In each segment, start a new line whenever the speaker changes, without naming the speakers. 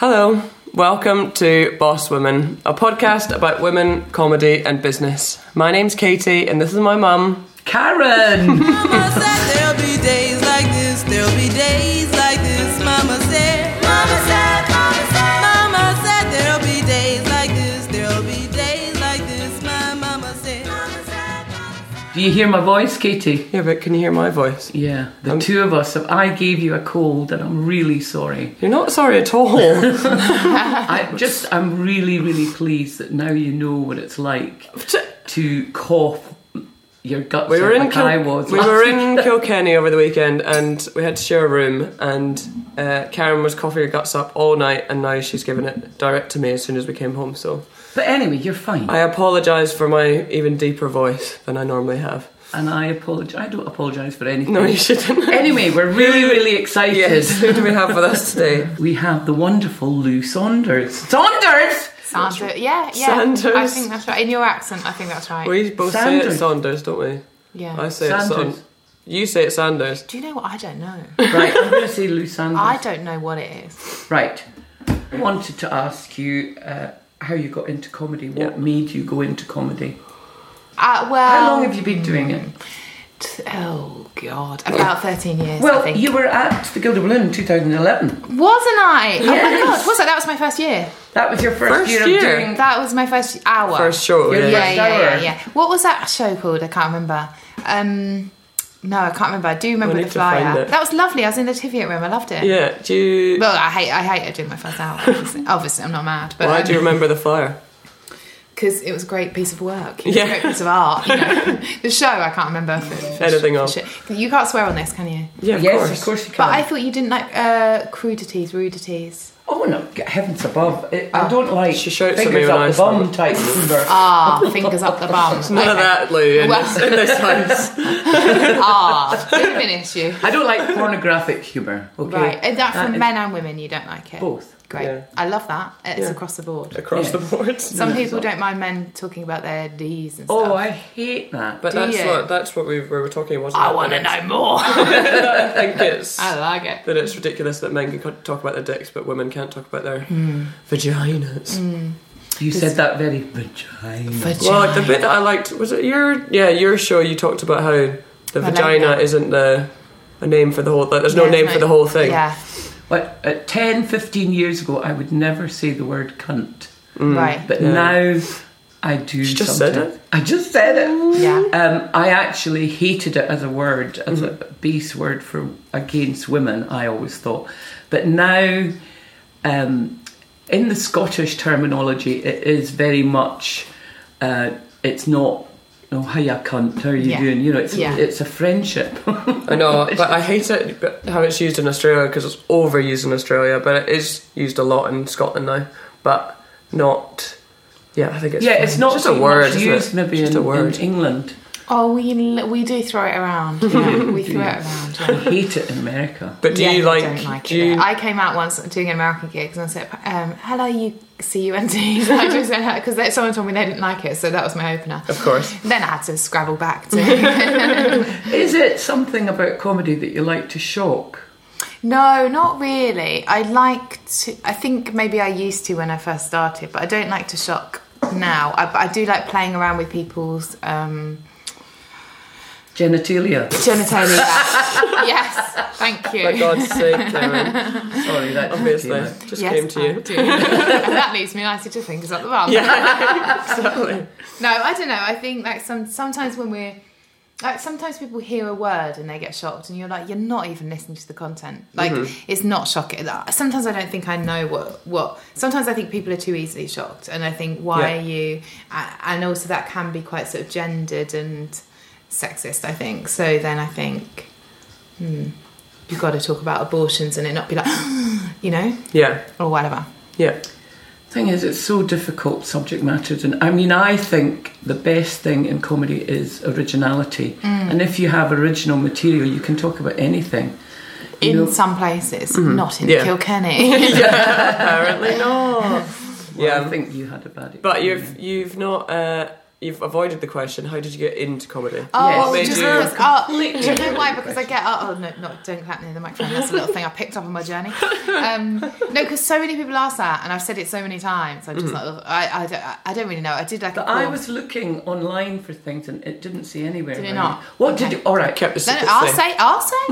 Hello, welcome to Boss Women, a podcast about women, comedy, and business. My name's Katie, and this is my mum.
Karen!
Mama said there'll be days like this, there'll be days like this, Mama said. Mama said, Mama said, Mama said there'll be days like this, there'll be days like this, my mama said. Mama said, Mama said.
Do you hear my voice, Katie?
Yeah, but can you hear my voice?
Yeah, the two of us. I gave you a cold, and I'm really sorry.
You're not sorry at all.
I just, I'm really, really pleased that now you know what it's like
T-
to cough your guts
we were
out
in
like
Kil-
I was.
we
last
were
week.
in Kilkenny over the weekend, and we had to share a room. And uh, Karen was coughing her guts up all night, and now she's giving it direct to me as soon as we came home. So
But anyway, you're fine,
I apologise for my even deeper voice than I normally have.
and I apologize. I don't apologize for anything.
No, you shouldn't.
Anyway, we're really, really excited.
Yes, who do we have with us today?
We have the wonderful Lou Saunders. Saunders.
Sanders. Yeah, yeah.
Sanders.
I think that's right. In your accent, I think that's right.
We both say it's
Sanders.
Saunders, don't we?
yeah.
I say it's
Sanders.
Saunders. You say it's Sanders.
Do you know what? I don't know.
Right, I'm going to say Lou Saunders.
I don't know what it is.
Right. I wanted to ask you uh, how you got into comedy. What
Yeah. Um,
made you go into comedy?
Uh, well,
How long have you been doing it?
t- oh God, about thirteen years. I
Well,
think.
you were at the Gilded Balloon in 2011.
wasn't I?
Yes.
Oh my God, was I? That was my first year.
That was your first,
First
year,
year.
of doing.
That was my first hour.
First show,
You're
yeah.
Yeah, yeah,
First
yeah,
hour.
yeah, What was that show called? I can't remember. Um, no, I can't remember. I do remember
need
the
to find
flyer.
it.
That was lovely. I was in the Tiviot room. I loved it.
Yeah, do you...
Well, I hate, I hate doing my first hour. Obviously, obviously I'm not mad. But
Why
um,
do you remember the fire?
because it was a great piece of work. It was
Yeah.
a great piece of art. you know. the show I can't remember for, for
Anything
for
else.
shit. You can't swear on this, can you?
Yeah, of
yes,
course.
of course you can.
But I thought you didn't like uh, crudities, rudities.
oh no, g- heavens above! I- I don't like
Ah, She shouts at me
fingers
when I
up the
start.
bum type number.
Ah, fingers up the bum.
None of
Okay.
that, Lou, in,
Well-
this, in this house.
Ah, bit of an issue.
I don't like pornographic humour. Okay,
Right, and that from
is
men and women, you don't like it.
both.
Great,
Yeah.
I love that. It's
Yeah.
across the board.
Across
Yeah.
the board.
Some
No, it's not.
people don't mind men talking about their D's and stuff.
Oh, I hate that.
But
Do
that's
you?
what, that's what we were talking, wasn't it?
I want to
That
know more.
I think it's...
I like it.
That it's ridiculous that men can co- talk about their dicks, but women can't talk about their
Hmm.
vaginas.
you said that very vagina.
Well, like the bit that I liked was it your yeah your show. You talked about how the
Vagina.
vagina isn't the a name for the whole. Like, there's no
Yeah,
name
no-
for the whole thing.
Yeah,
But at 10, 15 years ago, I would never say the word cunt.
Mm.
right.
But
Yeah.
now I do.
She just
sometimes.
said it.
I just said it.
Yeah.
Um, I actually hated it as a word, as
Mm-hmm.
a base word for against women. I always thought, but now, um, in the Scottish terminology, it is very much. Uh, it's not. Oh, hiya, cunt. How are you
Yeah.
doing? You know, it's
Yeah.
it's a friendship.
I know, but I hate it but how it's used in Australia because it's overused in Australia, but it is used a lot in Scotland now, but not. Yeah, I think it's
yeah, it's not
just
so
a word.
much
isn't it?
used maybe
just
in,
a word.
in England.
Oh, we l- we do throw it around. Yeah, we throw it around. yeah.
I hate it in America.
but do
Yeah,
you
I
like?
don't like
do
it.
you,
I came out once doing an American gig and I said, um, "Hello, you C-U-N-T." I just said because someone told me they didn't like it, so that was my opener.
of course.
Then I had to scrabble back to.
Is it something about comedy that you like to shock?
no, not really. I like to. I think maybe I used to when I first started, but I don't like to shock now. I, but I do like playing around with people's. Um,
Genitalia.
Genitalia. yes, thank you.
For God's sake, Karen.
Sorry, that
Obviously,
came out.
just
yes,
came to
I
you.
do. that leaves me nicely to fingers up the bum.
Exactly.
No, I don't know. I think like some sometimes when we're like sometimes people hear a word and they get shocked, and you're like, you're not even listening to the content. Like
Mm-hmm.
it's not shocking. Like, Sometimes I don't think I know what what. Sometimes I think people are too easily shocked, and I think why
Yeah.
are you? a- And also that can be quite sort of gendered and sexist. I think so. Then I think. Hmm, You've got to talk about abortions and it not be like, you know,
Yeah,
or whatever.
yeah.
Thing is, it's so difficult subject matters, and I mean, I think the best thing in comedy is originality. And if you have original material, you can talk about anything.
In
know-
some places,
Mm-hmm.
not in
Yeah.
Kilkenny.
Apparently not.
Well,
Yeah.
I think you had a bad.
But
experience.
you've you've not uh, you've avoided the question. How did you get into comedy?
Oh,
What made
just
you-
because. Oh, do you know why? Because I get. Oh, oh, no, no, don't clap near the microphone. That's a little thing I picked up on my journey. Um, no, because so many people ask that, and I've said it so many times. I'm just like, ugh, I, I, don't, I- I don't really know. I did like.
Mm. But
a
I
call.
was looking online for things and it didn't see anywhere.
Did it
about
not?
What did
Okay.
you? All right.
kept the
No, no,
secret
I'll
thing.
say, I'll say.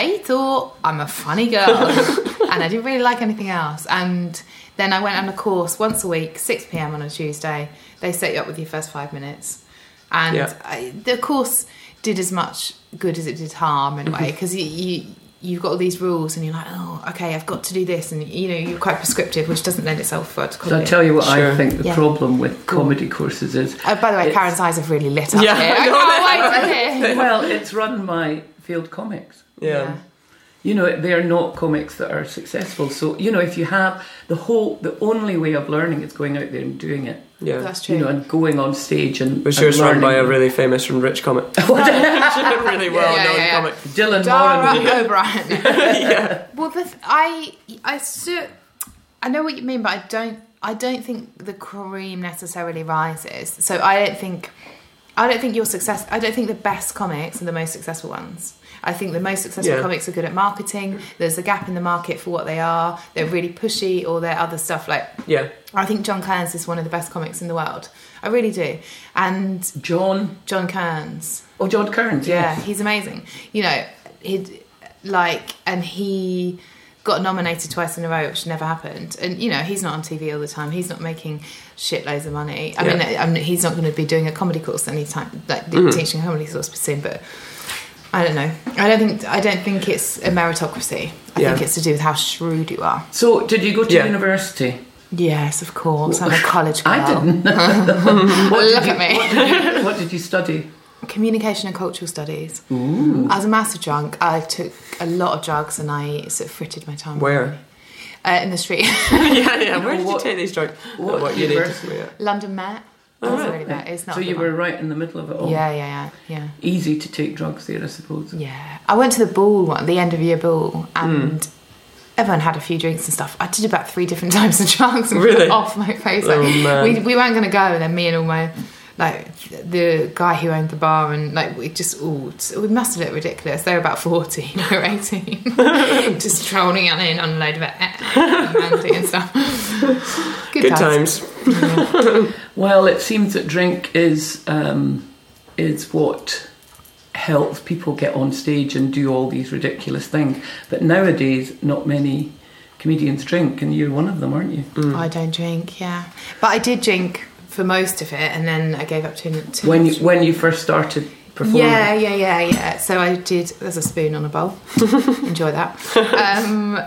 I thought I'm a funny girl, and I didn't really like anything else. And then I went on a course once a week, 6 p.m. on a Tuesday. They set you up with your first five minutes, and
Yeah.
I, the course did as much good as it did harm in a way because you. you You've got all these rules, and you're like, oh, okay, I've got to do this, and you know, you're quite prescriptive, which doesn't lend itself well to
So I
comedy.
tell you what
Sure.
I think the
Yeah.
problem with comedy courses is.
oh, by the way,
it's-
Karen's eyes have really lit up.
Yeah,
here. I
no,
can't wait to hear.
well, it's run by field comics.
Yeah.
you know they're not comics that are successful so you know if you have the whole the only way of learning is going out there and doing it
Yeah.
that's true.
you know and going on stage and
Which
and
was run by a
learning.
really famous and rich comic. really well
yeah,
known
yeah.
comic.
dylan
Dara
moran
O'Brien. Well, the th- I I so, I know what you mean, but I don't I don't think the cream necessarily rises. So I don't think I don't think your success. I don't think the best comics are the most successful ones. I think the most successful
Yeah.
comics are good at marketing. There's a gap in the market for what they are. They're really pushy, or their other stuff. Like
Yeah.
I think John Kearns is one of the best comics in the world. I really do. And
john
John Kearns,
oh john kearns
yeah,
yes.
he's amazing. You know, he like, and he got nominated twice in a row, which never happened. And you know, he's not on TV all the time. He's not making shitloads of money. I mean, I, I mean, he's not going to be doing a comedy course anytime, like teaching a comedy course soon. But I don't know. I don't think I don't think it's a meritocracy. I
Yeah.
think it's to do with how shrewd you are.
so did you go to
Yeah.
university
Yes, of course. I'm a college girl.
i didn't
Well,
did
look
you-
at me.
what did, you, what did you study
communication and cultural studies. I was a massive drunk. I took a lot of drugs and I sort of frittered my time.
Where?
Uh, in the street.
yeah, yeah. Where did
What-
you take these drugs?
what
you need?
university?
Yeah.
London Met. That was
right.
really bad. It's not
Oh, so
a
you
good
were
one.
right in the middle of it all
Yeah, yeah, yeah, yeah.
easy to take drugs there i suppose
Yeah. I went to the ball one, the end of year ball, and
Hmm.
everyone had a few drinks and stuff. I did about three different types of drugs and
Really?
off my face. Like,
Oh, man.
we, we weren't going to go, and then me and all my. Like the guy who owned the bar, and like we just all we must have looked ridiculous. They were about fourteen or eighteen, just trolling on in on a load of eh, eh, ranting and stuff. Good,
Good times.
Well, it seems that drink is um, is what helps people get on stage and do all these ridiculous things. But nowadays, not many comedians drink, and you're one of them, aren't you?
Mm.
I don't drink, yeah, but I did drink for most of it, and then I gave up to, to
When you when you first started performing,
Yeah, yeah, yeah, yeah. So I did. There's a spoon on a bowl. Enjoy that. Um,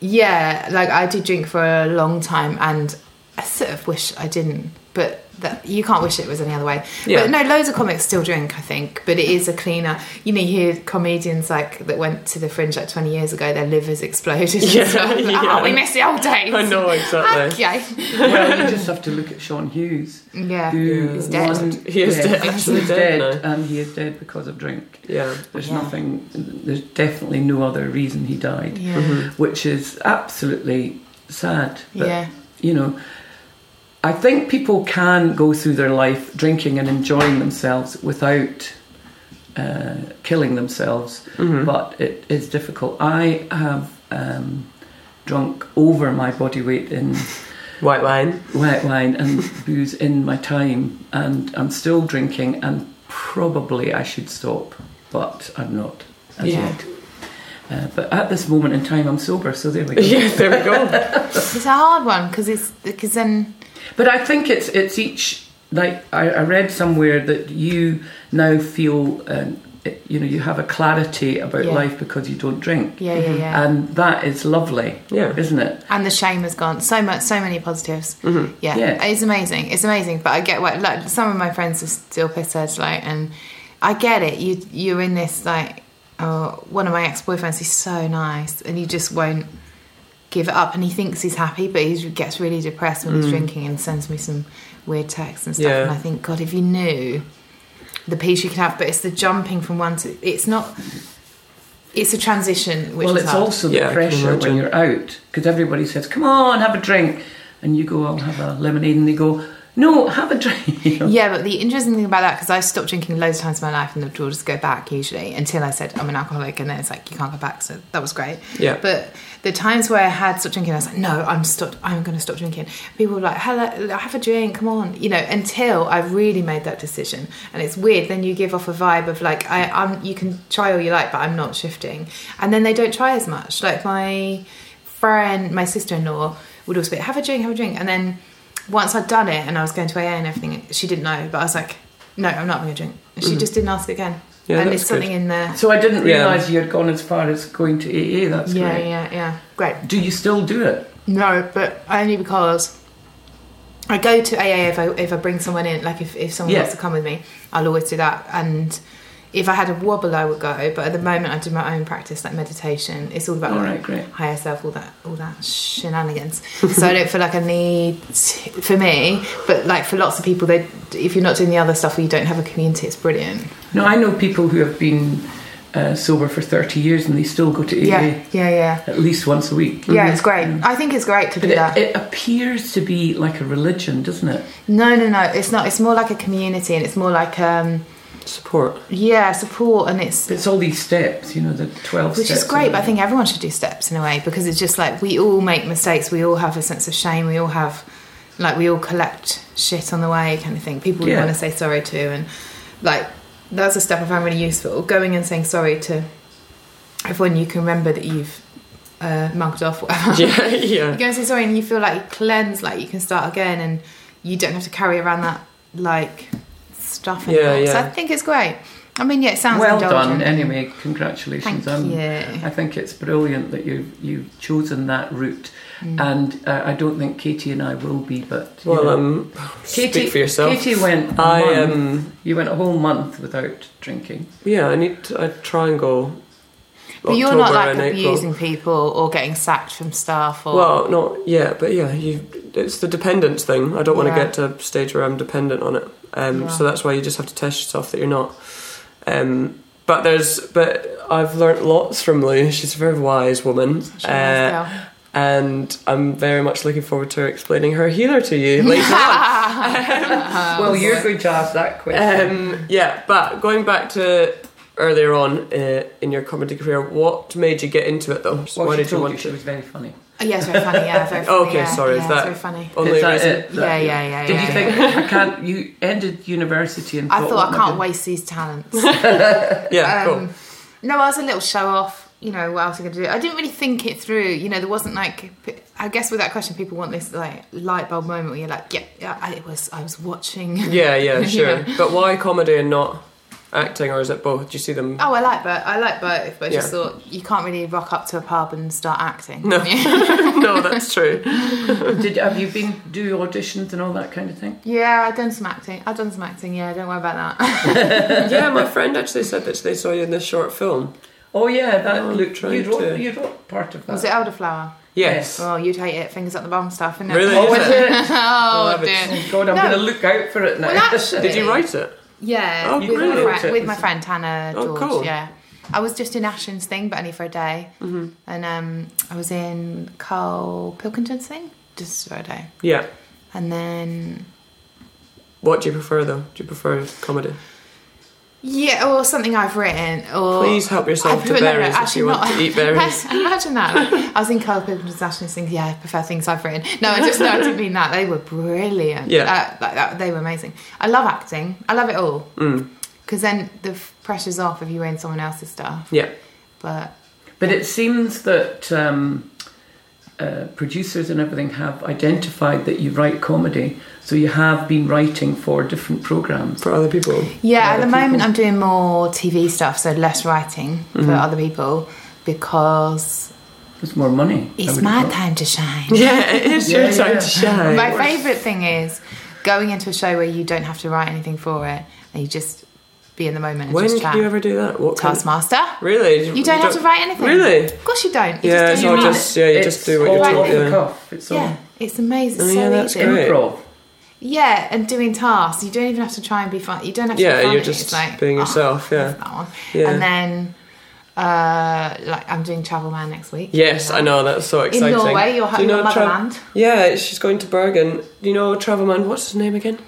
yeah, like I did drink for a long time, and I sort of wish I didn't. But that you can't wish it was any other way.
Yeah.
But no, loads of comics still drink, I think. But it is a cleaner. You know, you hear comedians like that went to the fringe like 20 years ago. Their livers exploded. and
Yeah,
stuff. Like,
yeah.
Oh, we miss the old days.
I know exactly.
Okay.
well, you just have to look at Sean Hughes,
Yeah.
who
Yeah.
He's dead.
won-
He is
yeah,
dead.
actually
He's
dead,
dead
and he is dead because of drink.
Yeah.
There's
Yeah.
nothing. There's definitely no other reason he
Mm-hmm.
died,
Yeah.
which is absolutely sad. But,
Yeah.
You know, I think people can go through their life drinking and enjoying themselves without uh, killing themselves, but it is difficult. I have um, drunk over my body weight in
White wine.
white wine and booze in my time, and I'm still drinking, and probably I should stop, but I'm not as
Yeah.
yet. Uh, but at this moment in time, I'm sober, so there we go.
Yeah, there we go.
It's a hard one because it's because then
But I think it's it's each like I, I read somewhere that you now feel um, it, you know you have a clarity about
Yeah.
life because you don't drink.
yeah, yeah, yeah.
And that is lovely,
Mm-hmm. Yeah.
isn't it?
and the shame has gone so much so many positives yeah.
Mm-hmm. Yeah.
it's amazing it's amazing but i get what like some of my friends are still pissed heads like and i get it you you're in this like oh one of my ex-boyfriends he's so nice and he just won't give it up and he thinks he's happy but he gets really depressed
Mm.
when he's drinking and sends me some weird texts and stuff
Yeah.
and i think god if you knew the peace you could have but it's the jumping from one to it's not it's a transition which
well,
is
it's
hard.
also the
Yeah, I can
pressure when
imagine.
you're out because everybody says, "Come on, have a drink," and you go, "I'll have a lemonade," and they go, No, have a drink.
Yeah, but the interesting thing about that because I stopped drinking loads of times in my life, and the withdrawals go back usually until I said I'm an alcoholic, and then it's like you can't go back. So that was great.
Yeah.
But the times where I had stopped drinking, I was like, no, I'm stopped. I'm going to stop drinking. People were like, hello, have a drink, come on, you know. Until I really made that decision, and it's weird. Then you give off a vibe of like, I, I'm. You can try all you like, but I'm not shifting. And then they don't try as much. Like my friend, my sister in law would always be have a drink, have a drink, and then once I'd done it and I was going to AA and everything, she didn't know, but I was like, no, I'm not having a drink. And she just didn't ask again.
Mm. Yeah, that's
and there's something
good.
in there.
So I didn't
Yeah.
realise you had gone as far as going to AA. That's
yeah,
great.
yeah, yeah. Great.
Do you still do it?
No, but only because I go to AA if I, if I bring someone in, like if, if someone
Yeah.
wants to come with me, I'll always do that. And if I had a wobble, I would go. But at the moment, I do my own practice, like meditation. It's all about
All
like,
right, great.
higher self, all that, all that shenanigans. so I don't feel like I need for me, but like for lots of people, they if you're not doing the other stuff or you don't have a community, it's brilliant.
No, I know people who have been uh, sober for 30 years and they still go to AA
Yeah, yeah, yeah,
at least once a week.
yeah. It's great. I think it's great to do
Mm-hmm. But it, it
that.
appears to be like a religion, doesn't it?
no, no, no. It's not. It's more like a community, and it's more like um.
Support.
Yeah, support and it's
It's all these steps, you know, the 12
which
steps.
is great,
of
but I
it.
think everyone should do steps in a way because it's just like we all make mistakes, we all have a sense of shame, we all have like we all collect shit on the way kind of thing. People we
Yeah.
want to say sorry to and like that's a step I found really useful. Going and saying sorry to everyone you can remember that you've uh, mugged off whatever.
Yeah, yeah.
You go and say sorry and you feel like you cleanse, like you can start again and you don't have to carry around that like stuff
Yeah,
anymore. So
yeah.
I think it's great. I mean yeah it sounds
Well
indulgent.
done, anyway. Congratulations.
Thank
I'm-
you.
I think it's brilliant that you've you've chosen that route,
Mm.
and uh, I don't think Katie and I will be. But you
Well,
know.
um,
Katie,
speak for yourself.
Katie went. a
I
month-
um,
You went a whole month without drinking.
yeah. I need. To, I try and go.
But you're not
October
like
and April.
abusing people or getting sacked from staff or.
Well, not yet, but yeah, you, it's the dependence thing. I don't want to
Yeah.
get to a stage where I'm dependent on it. Um, So
Yeah.
that's why you just have to test yourself that you're not. Um, but there's, but I've learnt lots from Lou. She's a very wise woman,
She knows
Uh, and I'm very much looking forward to explaining her healer to you later on.
now.
well, you're going to ask that question.
Um, yeah, but going back to earlier on uh, in your comedy career, what made you get into it though? So
well,
why
she
did you
told you,
want
she
to?
was very funny.
Oh, yeah, it's very funny. Yeah, very funny.
Okay,
yeah,
sorry, is
yeah,
that-
It's very funny.
Only
Is that
reason-
it?
Yeah,
That-
yeah, yeah.
Did
yeah,
you think I can't? You ended university and "Oh
I thought I
"What am
can't
doing?"
waste these talents.
Yeah,
Um,
cool.
No, I was a little show off. You know, what else was I going to do? I didn't really think it through. You know, there wasn't like. I guess with that question, people want this like light bulb moment where you're like, yeah, yeah, I was, I was watching.
Yeah, yeah, sure.
Yeah.
But why comedy and not acting, or is it both? Do you see them?
Oh, I like both. I like both, but I just
Yeah.
thought you can't really rock up to a pub and start acting.
No.
can you?
no, that's true.
Did have you been do auditions and all that kind of thing?
yeah, I've done some acting. I've done some acting. Yeah, don't worry about that.
Yeah, my friend actually said that they saw you in this short film.
Oh yeah, that
Oh,
looked.
trying
You wrote,
to-
you wrote part of that.
Was it elderflower?
Yes.
Oh, you'd hate it. Fingers up the bum stuff, innit?
Really?
Oh, was it?
Oh,
Love it.
dear.
Oh, God, I'm
No.
going to look out for it now.
Well, actually-
Did you write it?
Yeah,
Oh,
with,
you
my
really
friend,
liked it.
with my friend Hannah
Oh,
George.
cool.
Yeah, I was just in Ashen's thing, but only for a day,
Mm-hmm.
and um, I was in Carl Pilkington's thing just for a day,
Yeah.
and then
What do you prefer though? Do you prefer comedy?
yeah, or something I've written, or
Please help yourself
I've
to
written- no, no,
berries if
actually
you want
not.
to eat berries.
Imagine that. Like, I was oh, in Carl Pilkington's National Things. Yeah, I prefer things I've written. No, I just no, I didn't mean that. They were brilliant.
Yeah.
Uh, like that, they were amazing. I love acting. I love it all.
Mm.
Because then the f- pressure's off if you're in someone else's stuff.
Yeah.
But
But it seems that um, uh, producers and everything have identified that you write comedy, so you have been writing for different programs.
For other people. Mm-hmm.
yeah, at
other
the moment I'm doing more TV stuff, so less writing for other people because
There's more money. I
it's
would
my
have thought.
time to shine.
Yeah, it is
your
your
Yeah, time
time
yeah.
to
to
shine.
My favourite thing is going into a show where you don't have to write anything for it and you just be in the moment and
When
just chat.
did you ever do that? What kind-
Taskmaster.
Really?
You don't have to write anything.
Really?
Of course you don't. You
Yeah,
just
it's
do
not
it.
just- yeah, you
It's
just do what you're
all
told,
off the
yeah.
cuff. It's all
Yeah, it's amazing.
Oh,
It's
yeah,
so
that's
easy.
great.
improv.
Yeah, and doing tasks. You don't even have to try and be fun. You don't have to.
Yeah,
be funny.
you're just
It's like, ah,
being
"Oh,
yourself, yeah.
that one."
Yeah.
And then Uh, like I'm doing Travel Man next week.
Yes, I know that's so
In
exciting.
Norway, your,
Do
your
know Tra-
motherland.
yeah, she's going to Bergen. Do you know Travelman? What's his name again?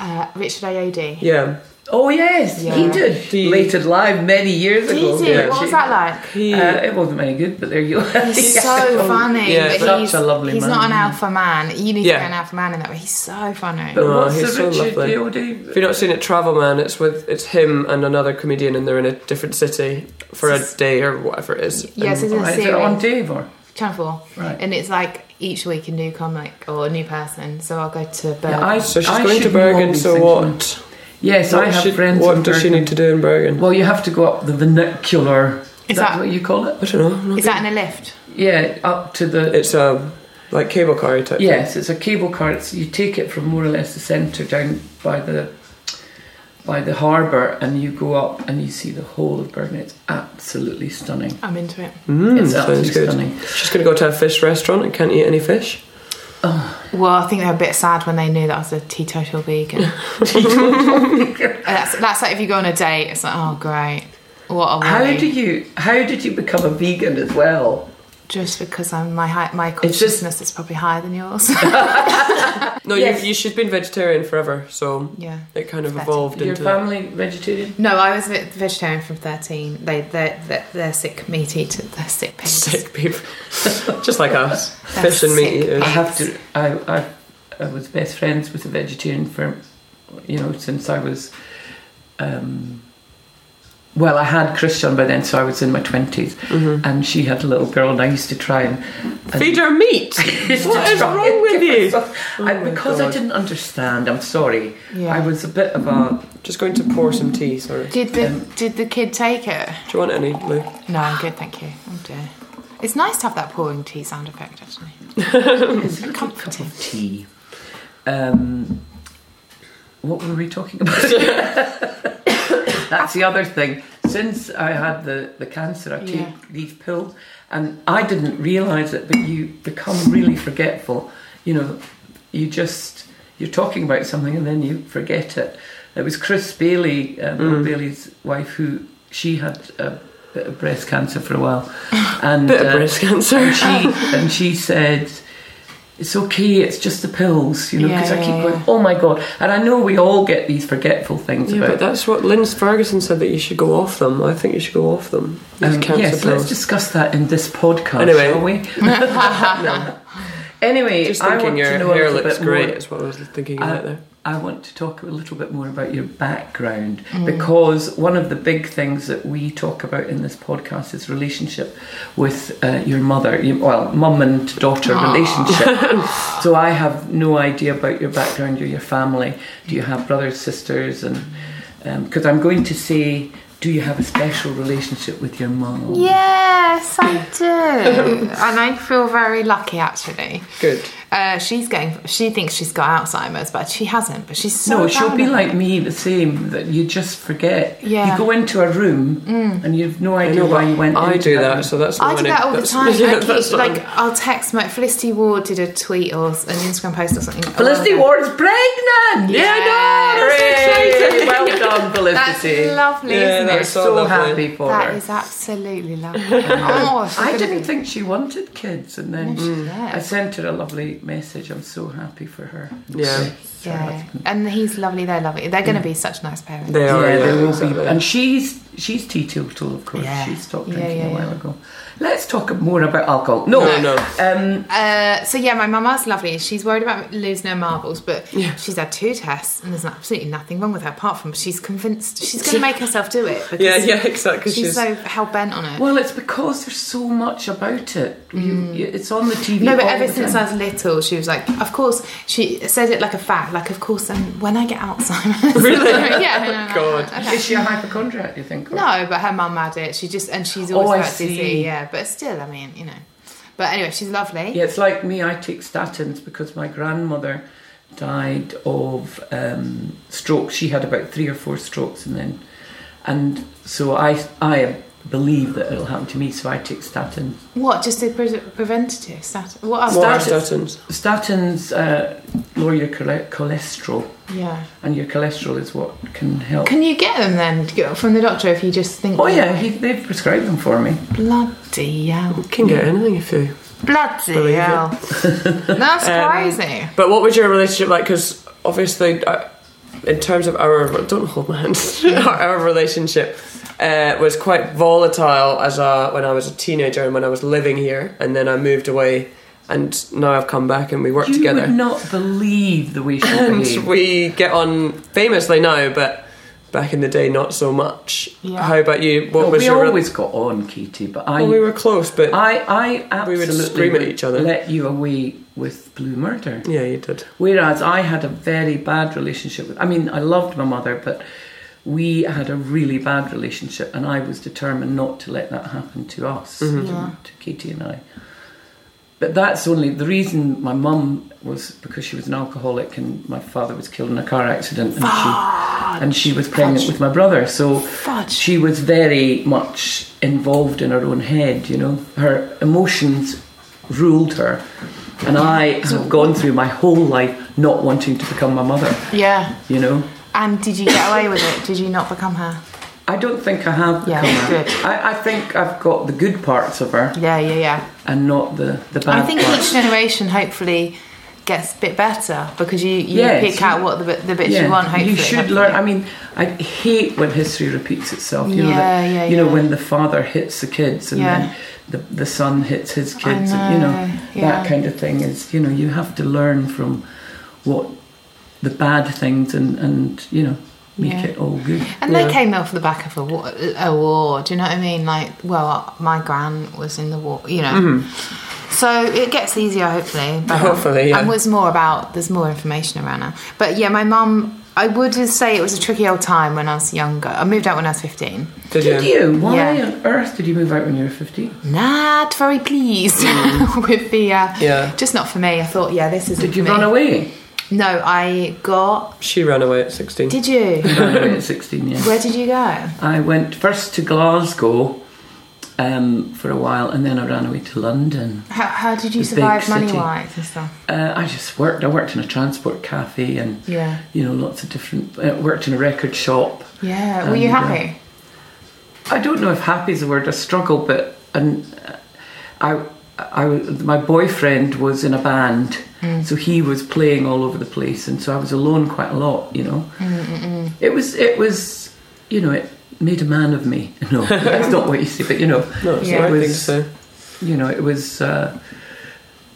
uh, Richard Ayodi.
Yeah,
Oh yes,
Yeah.
he did.
He-
Lated live many years
Did
ago.
you?
Yeah.
What was that like?
he.
Uh, it wasn't very good, but there you go.
He's so funny.
yeah,
but
such
he's,
a lovely
he's
man.
not an alpha man. You need
Yeah.
to be an alpha man in that way. He's so funny.
But
No,
what's
he's
the
so
Richard
lovely.
Geordie?
if you've not seen it, Travelman, it's with it's him and another comedian, and they're in a different city for a day or whatever it is.
yes, it's
All
in
right,
a
is it on
series.
Dave or?
Channel 4.
Right.
And it's like each week a new comic or a new person. So I'll go to Berlin.
I-
So she's
I
going to
should know
Bergen.
these
So
things,
what?
Yes,
what
I have
should-
friends.
What
in
does she
Bergen.
need to do in Bergen?
Well, you have to go up the vernacular. Is
Is
that,
that-
what you call it?
I don't know. I'm not-
Is that in a lift?
Yeah, up to the.
It's a like cable car type. thing.
yes, it's a cable car. It's, you take it from more or less the centre down by the by the harbour, and you go up and you see the whole of Bergen. It's absolutely stunning.
I'm into it.
Mm,
it's
sounds
absolutely
good.
Oh, stunning.
She's going to go to a fish restaurant and can't eat any fish.
Well, I think they were a bit sad when they knew that I was a teetotal vegan. Uh, that's, that's like if you go on a date, it's like, oh, great. What a
How
worry.
do you? How did you become a vegan as well?
Just because I'm my hi- my
It's just-
consciousness is probably higher than yours.
No,
Yes.
you, you, she's been vegetarian forever, so
yeah.
it kind of
Better.
evolved
Your
into.
family vegetarian?
No, I was a vegetarian from 13. They, they're, they're, they're sick meat eaters. They're sick pigs.
Sick people, just like us,
That's
fish and meat
sick.
eaters.
I have to. I, I I was best friends with a vegetarian for, you know, since I was. Um, well, I had Christian by then, so I was in my 20s and she had a little girl, and I used to try and, and
Mm-hmm. Feed her meat. What is wrong with you? Oh
I,
my
because I
God.
didn't understand. I'm sorry.
Yeah.
I was a bit of a.
Just going to pour some tea. Sorry. Do
Did the did the kid take it?
you want any, Lou?
No, I'm good, thank you. Oh dear. It's nice to have that pouring tea sound effect, actually.
It's a little cup of tea. Um, what were we talking about? That's the other thing. Since I had the, the cancer, I
Yeah.
take these pills, and I didn't realise it, but you become really forgetful. You know, you just you're talking about something and then you forget it. It was Chris Bailey, uh, Bill
Mm.
Bailey's wife, who she had a bit of breast cancer for a while, and
Bit of
uh,
breast cancer.
and she and she said it's okay it's just the pills you know because i
Yeah,
keep
yeah,
going
yeah.
oh my god and i know we all get these forgetful things
Yeah, but
about
that's what Linz Ferguson said that you should go off them. I think you should go off them. These
Um,
cancer
yes let's
pills.
discuss that in this podcast
Anyway.
shall we
no.
anyway
Just
i
thinking
want
your
to know a
hair
little
looks
bit more- Uh,
great is what I was thinking
I-
about there.
I want to talk a little bit more about your background
Mm.
because one of the big things that we talk about in this podcast is relationship with uh, your mother, you- well, mum and daughter relationship. so I have no idea about your background or your family. Do you have brothers, sisters, and because I'm going to say, do you have a special relationship with your mum?
Yes, I do. and I feel very lucky actually.
Good.
Uh, she's getting she thinks she's got Alzheimer's, but she hasn't, but she's so
No, she'll be
violent.
like me, the same. That you just forget.
Yeah.
You go into a room and you've no
Mm. I
idea
know,
why you
but
went.
I
into
do that,
room.
so that's not
I do
any-
that all the
that's-
time.
yeah,
I
that's
keep,
not-
like I'll text my Felicity Ward did a tweet or s- an Instagram post or something.
Felicity Ward's pregnant!
Yeah, I know,
that's exciting.
Well done,
That's
Felicity.
lovely,
Yeah,
isn't
that's
it?
so
so
lovely.
happy for
That
her.
is absolutely lovely. oh, she's
I
gonna
didn't
be-
think she wanted kids, and then Mm.
yeah.
I sent her a lovely message. I'm so happy for her.
Yeah.
Yeah, and he's lovely. They're lovely. They're going to be such nice parents.
They
Yeah,
are. Yeah,
there will be,
exactly.
and she's she's teetotal, of course.
Yeah.
She stopped
Yeah,
drinking
yeah,
a while
yeah.
ago. Let's talk more about alcohol. No,
No, no.
Um,
Uh, so yeah, my mama's lovely. She's worried about losing her marbles, but she's had two tests, and there's absolutely nothing wrong with her apart from she's convinced she's going to make herself do it. Because
yeah, yeah, exactly.
She's, so hell bent on it.
well, it's because there's so much about it. You, you- it's on the TV.
Mm. No, but
all
ever
the
since
time.
I was little, she was like, "Of course." She said it like a fact, like, "Of course." And when I get Alzheimer's,
Really?
yeah, no, no, no,
God.
okay.
is she a hypochondriac? You think? or-
No, but her mum had it. She just and she's
Oh, I
always about
see.
disease. Yeah, but still, I mean, you know. But anyway, she's lovely.
Yeah, it's like me. I take statins because my grandmother died of um, stroke. She had about three or four strokes, and then, and so I, I believe that it'll happen to me. So I take statins.
What? Just a pre- preventative stat? What?
What are
statins?
statins?
Statins uh, lower your chole- cholesterol,
Yeah.
and your cholesterol is what can help.
Can you get them then to go from the doctor if you just think?
Oh yeah, he, they've prescribed them for me.
Bloody hell!
You can get anything if you.
Bloody
Believe it.
hell! That's
Um,
crazy.
But what was your relationship like? Because obviously, uh, in terms of our don't hold my hands, our, our relationship uh, was quite volatile as a, when I was a teenager and when I was living here, and then I moved away, and now I've come back and we work
You
together.
would not believe the way she
and
behaved.
we get on famously now, but back in the day, not so much.
Yeah.
How about you? What
Well,
was
we
your? re-
always got on, Katie, but I,
well, we were close, but
I, I
We would
absolutely
scream at each other.
let you away with blue murder.
yeah, you did.
Whereas I had a very bad relationship with, I mean, I loved my mother, but we had a really bad relationship, and I was determined not to let that happen to us,
Mm-hmm.
to,
Yeah.
to Katie and I. But that's only the reason my mum was because she was an alcoholic and my father was killed in a car accident, and she and she was pregnant with my brother, so she was very much involved in her own head. You know, her emotions ruled her, and I have gone through my whole life not wanting to become my mother.
Yeah.
You know.
And did you get away with it? Did you not become her?
I don't think I have
Yeah,
become her.
good.
I, I think I've got the good parts of her
Yeah, yeah, yeah.
and not the, the bad
I think
parts.
each generation hopefully gets a bit better because you, you
Yes,
pick
you-
out what the, bit- the bits you want. Hopefully,
should
haven't
learn.
you?
I mean, I hate when history repeats itself. You know,
Yeah,
that,
yeah,
you know
yeah.
when the father hits the kids and
Yeah.
then the, the son hits his kids, and you
know,
know
yeah.
that kind of thing is. You know, you have to learn from what the bad things and and you know make
Yeah.
it all good.
And
Yeah.
they came off the back of a war, a war. Do you know what I mean? Like, well, my gran was in the war, you know.
Mm-hmm.
So it gets easier, hopefully. But um,
Hopefully, yeah.
And was more about there's more information around now. But yeah, my mum. I would just say it was a tricky old time when I was younger. I moved out when I was 15.
Did
Did you? Why
Yeah.
on earth did you move out when you were fifteen?
Not very pleased with the. Uh,
Yeah.
Just not for me. I thought, yeah, this is.
Mm. Did you run away?
No, I got.
She ran away at sixteen.
Did you?
Run away at sixteen, yeah.
Where did you go?
I went first to Glasgow um, for a while, and then I ran away to London.
How, how did you
The big
survive
city.
money wise and stuff?
Uh, I just worked. I worked in a transport cafe, and
Yeah.
you know, lots of different. Uh, worked in a record shop.
Yeah. Were you
And, uh,
happy?
I don't know if happy is the word. I struggle, but and uh, I, I, my boyfriend was in a band, so he was playing all over the place, and so I was alone quite a lot. You know, it was it was, you know, it made a man of me. No, that's not what you say, but you know,
No, it's
Yeah.
not,
it
I think
was.
so.
You know, it was. Uh,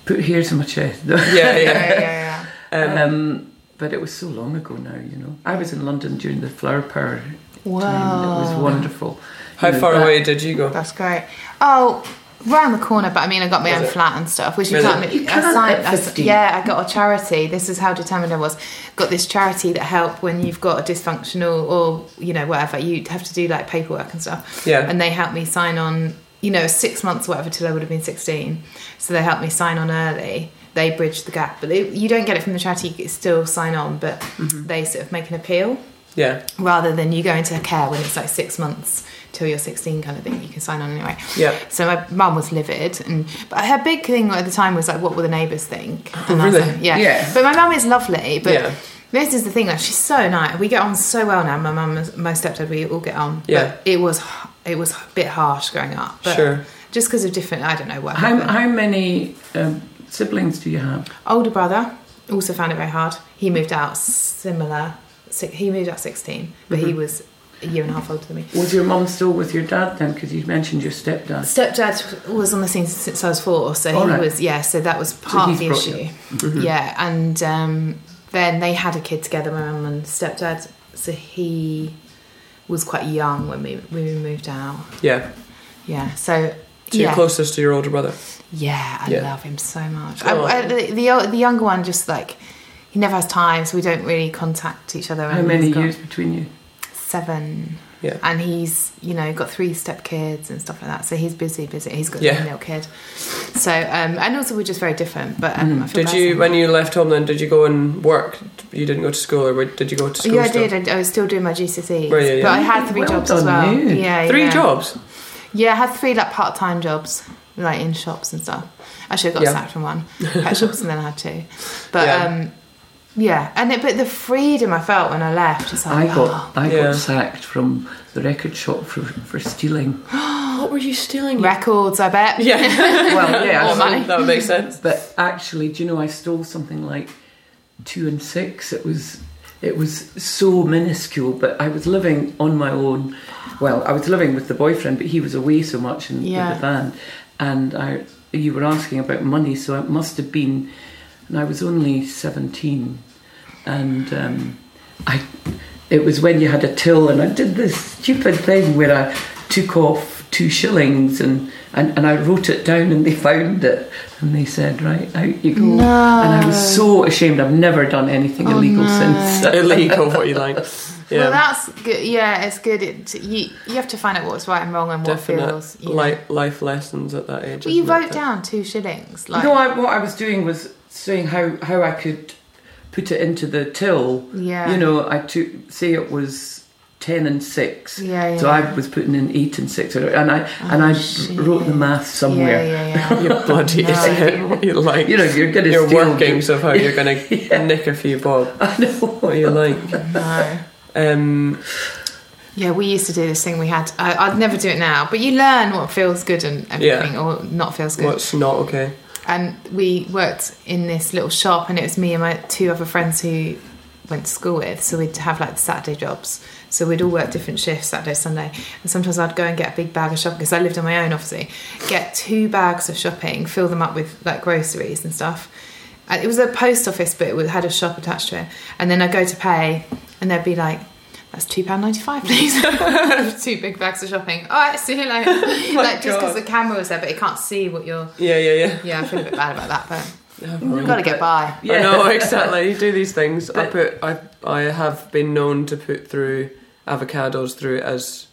Put hairs in my chest.
Yeah, yeah.
yeah, yeah,
Um, but it was so long ago now, you know. I was in London during the Flower Power
yeah.
time. It was
Wow.
wonderful.
How
You know,
far
that-
away did you go?
That's great. Oh, round the corner, but I mean, I got my
Is
own
it?
flat and stuff, which you
Is
can't.
it?
You can't
I signed,
at
I s-
15.
yeah, I got a charity. This is how determined I was. Got this charity that help when you've got a dysfunctional or you know whatever. You have to do like paperwork and stuff.
Yeah.
And they helped me sign on. You know, six months or whatever till I would have been sixteen. So they helped me sign on early. They bridged the gap, but they, you don't get it from the charity. You can still sign on, but
Mm-hmm.
they sort of make an appeal
Yeah,
rather than you go into care when it's like six months till you're 16 kind of thing you can sign on anyway
Yeah.
so my mum was livid and but her big thing at the time was like what will the neighbours think and I was
Oh, Really?
like, yeah.
Yeah.
but my mum is lovely but
Yeah.
this is the thing like she's so nice we get on so well now my mum and my stepdad we all get on
Yeah.
but it was h- it was a bit harsh growing up but
Sure. uh,
just because of different I don't know what
How,
happened.
how many um, siblings do you have?
older brother also found it very hard he moved out similar si- he moved out 16 but
Mm-hmm.
he was a year and a half older than me
Was your mum still with your dad then? Because you mentioned your stepdad.
stepdad was on the scene since I was four, so
All
he
Oh, right.
was yeah. So that was part of
he's
the
brought Mm-hmm.
issue. Yeah, and um, then they had a kid together, my mum and stepdad. So he was quite young when we when we moved out.
yeah.
Yeah, so.
So
yeah.
you're closest to your older brother.
Yeah, I
Yeah.
love him so much.
Oh.
I, I, the, the the younger one just like he never has time, so we don't really contact each other.
How
and
many
he's got
years between you?
Seven.
Yeah.
And he's, you know, got three step kids and stuff like that. So he's busy, busy. He's got
Yeah.
a little kid. So, um, and also we're just very different. But um, I feel
Mm. Did
bad
you,
saying
when
that.
you left home then, did you go and work? You didn't go to school or were- did you go to school
Yeah, I
still?
did. I, I was still doing my GCSEs,
Were you, yeah?
E. but I had three
Well
jobs as well.
done you.
Yeah,
Three
yeah.
jobs?
Yeah, I had three like part time jobs, like in shops and stuff. I should have got
Yeah.
sacked from one pet shops, and then I had two. But
Yeah.
um, Yeah, and it, but the freedom I felt when I left, it's
I
like, oh,
got I
Yeah.
got sacked from the record shop for for stealing.
What were you stealing?
oh, records, I bet.
yeah,
Well, yeah,
Or
I
money.
that would make sense.
But actually, do you know I stole something like two and six? It was it was so minuscule, but I was living on my own. Well, I was living with the boyfriend, but he was away so much in
Yeah.
with the band, and I you were asking about money, so it must have been, and I was only seventeen, and um, I. It was when you had a till, and I did this stupid thing where I took off two shillings and, and, and I wrote it down, and they found it. And they said, Right, out you go. And I was so ashamed. I've never done
Oh,
anything illegal since.
Illegal, what you like. Yeah.
Well, that's good. Yeah, it's good. It, you you have to find out what's right and wrong and what
Definite
feels. You know.
life, life lessons at that age.
Well, you
isn't it?
wrote down two shillings. Like,
no, I, what I was doing was seeing how, how I could put it into the till.
Yeah.
You know, I took, say it was 10 and 6.
Yeah,
So
yeah. Oh,
I was putting in 8 and 6. or- And I, and I
shit.
wrote the math somewhere.
Yeah, yeah, yeah.
You bloody
No.
idiot. What you like.
You know, you're going to
your
steal.
workings of how you're going to nick a few bob.
I know.
What you like.
no.
Um,
Yeah, we used to do this thing. We had. I, I'd never do it now, but you learn what feels good and everything, or not feels good.
what's not okay?
and we worked in this little shop and it was me and my two other friends who went to school with so we'd have like saturday jobs so we'd all work different shifts saturday sunday and sometimes i'd go and get a big bag of shopping because i lived on my own obviously get two bags of shopping fill them up with like groceries and stuff and it was a post office but it was- had a shop attached to it and then i'd go to pay and they'd be like that's £2.95 please two big bags of shopping alright see you later like just because
God.
the camera was there but it can't see what you're
Yeah, yeah,
yeah, I feel a bit bad about that, but
yeah.
we've got to get by.
I know exactly. You do these things. I put. I. I have been known to put through avocados through as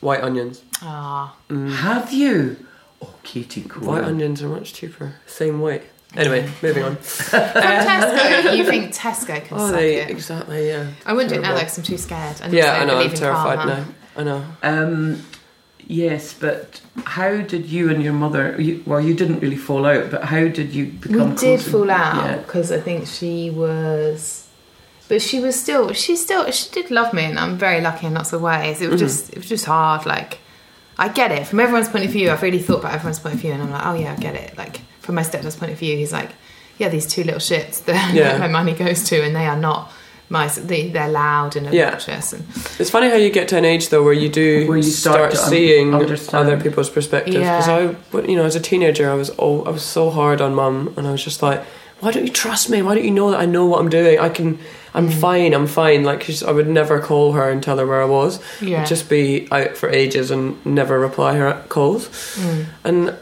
white onions.
Ah,
Mm.
Have you? Oh, Katie Cole.
White onions are much cheaper. Same weight. Anyway, moving on.
from Tesco, you think Tesco can
Oh,
suck
they
it?
exactly. Yeah.
I wouldn't do it now
terrible.
though, because I'm too scared. And
Yeah,
also
I know. I'm
believe in
terrified
karma.
now. I know.
Um, yes, but how did you and your mother? You, well, you didn't really fall out, but how did you become?
We did
closer?
fall out
Yeah.
because I think she was, but she was still, she still, she did love me, and I'm very lucky in lots of ways. It was
Mm-hmm.
just, it was just hard. Like, I get it from everyone's point of view. I've really thought about everyone's point of view, and I'm like, oh yeah, I get it. Like from my stepdad's point of view, he's like, yeah, these two little shits that
Yeah.
my money goes to, and they are not. My, they, they're loud and
Yeah.
obnoxious, and
It's funny how you get to an age though where you do
Where you
start,
start to un-
seeing
understand.
other people's perspectives. Because
Yeah.
I, but, you know, as a teenager, I was all, I was so hard on mum, and I was just like, why don't you trust me? Why don't you know that I know what I'm doing? I can, I'm
Mm.
fine. I'm fine. Like she's, I would never call her and tell her where I was.
Yeah.
I'd just be out for ages and never reply her calls.
Mm,
And I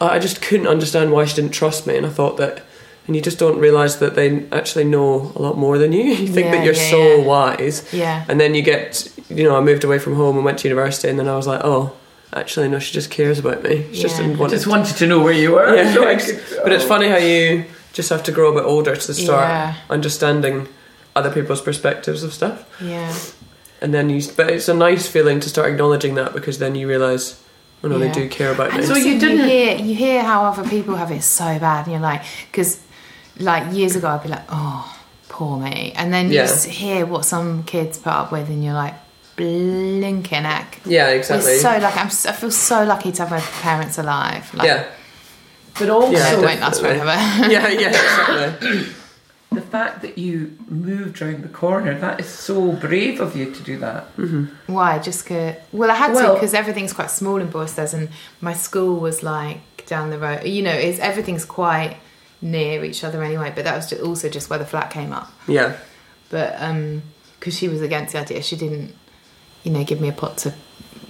I just couldn't understand why she didn't trust me, and I thought that. And you just don't realise that they actually know a lot more than you. You think
Yeah,
that you're
yeah,
so
yeah.
wise,
yeah,
and then you get, you know, I moved away from home and went to university, and then I was like, oh, actually, no, she just cares about me. She just
Yeah.
didn't
I
want
just
to.
wanted to know where you were.
Yeah.
so I could-
But it's funny how you just have to grow a bit older to start
Yeah.
understanding other people's perspectives of stuff.
yeah.
And then you, but it's a nice feeling to start acknowledging that because then you realise, oh no,
Yeah.
they do care about me.
And
So
so
you
you
didn't-
hear you hear how other people have it so bad, and you're like, because like years ago I'd be like, oh, poor me, and then you
Yeah.
just hear what some kids put up with, and you're like, blinking heck.
yeah,
We're
exactly.
so lucky. I'm, s- I feel so lucky to have my parents alive. Like,
yeah,
But also
Yeah,
It won't last
definitely.
forever.
yeah, yeah, exactly.
the fact that you moved round the corner—that is so brave of you to do that.
Why? Just 'cause- Well, I had to 'cause to
Well-
because everything's quite small in Borsted, and my school was like down the road. You know, it's everything's quite near each other anyway. But that was ju- also just where the flat came up.
yeah,
but um because she was against the idea she didn't you know give me a pot to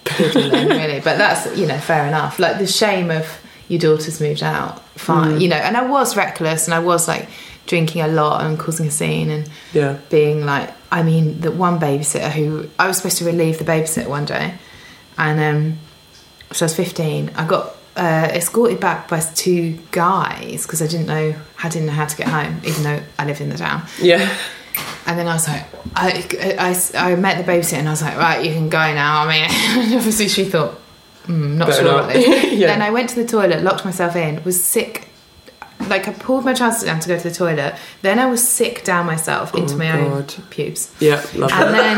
piddle in really but that's you know fair enough like the shame of your daughter's moved out fine you know and i was reckless and i was like drinking a lot and causing a scene and
yeah.
being like i mean the one babysitter who i was supposed to relieve the babysitter one day and um so i was 15 i got uh, escorted back by two guys because i didn't know i didn't know how to get home even though i lived in the town
Yeah,
and then I was like, I, I, I met the babysitter and I was like, right, you can go now. I mean, obviously she thought, mm, not
Better
sure
not.
about this.
Yeah.
Then I went to the toilet, locked myself in, was sick like I pulled my trousers down to go to the toilet. Then I was sick down myself into
Oh,
my
God.
own pubes.
Yeah, love it.
And then,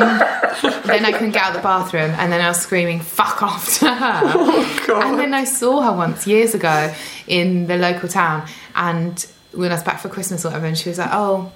then I couldn't get out of the bathroom, and then I was screaming "fuck off" to her.
Oh,
And then I saw her once years ago in the local town, and when I was back for Christmas or whatever, and she was like, "Oh,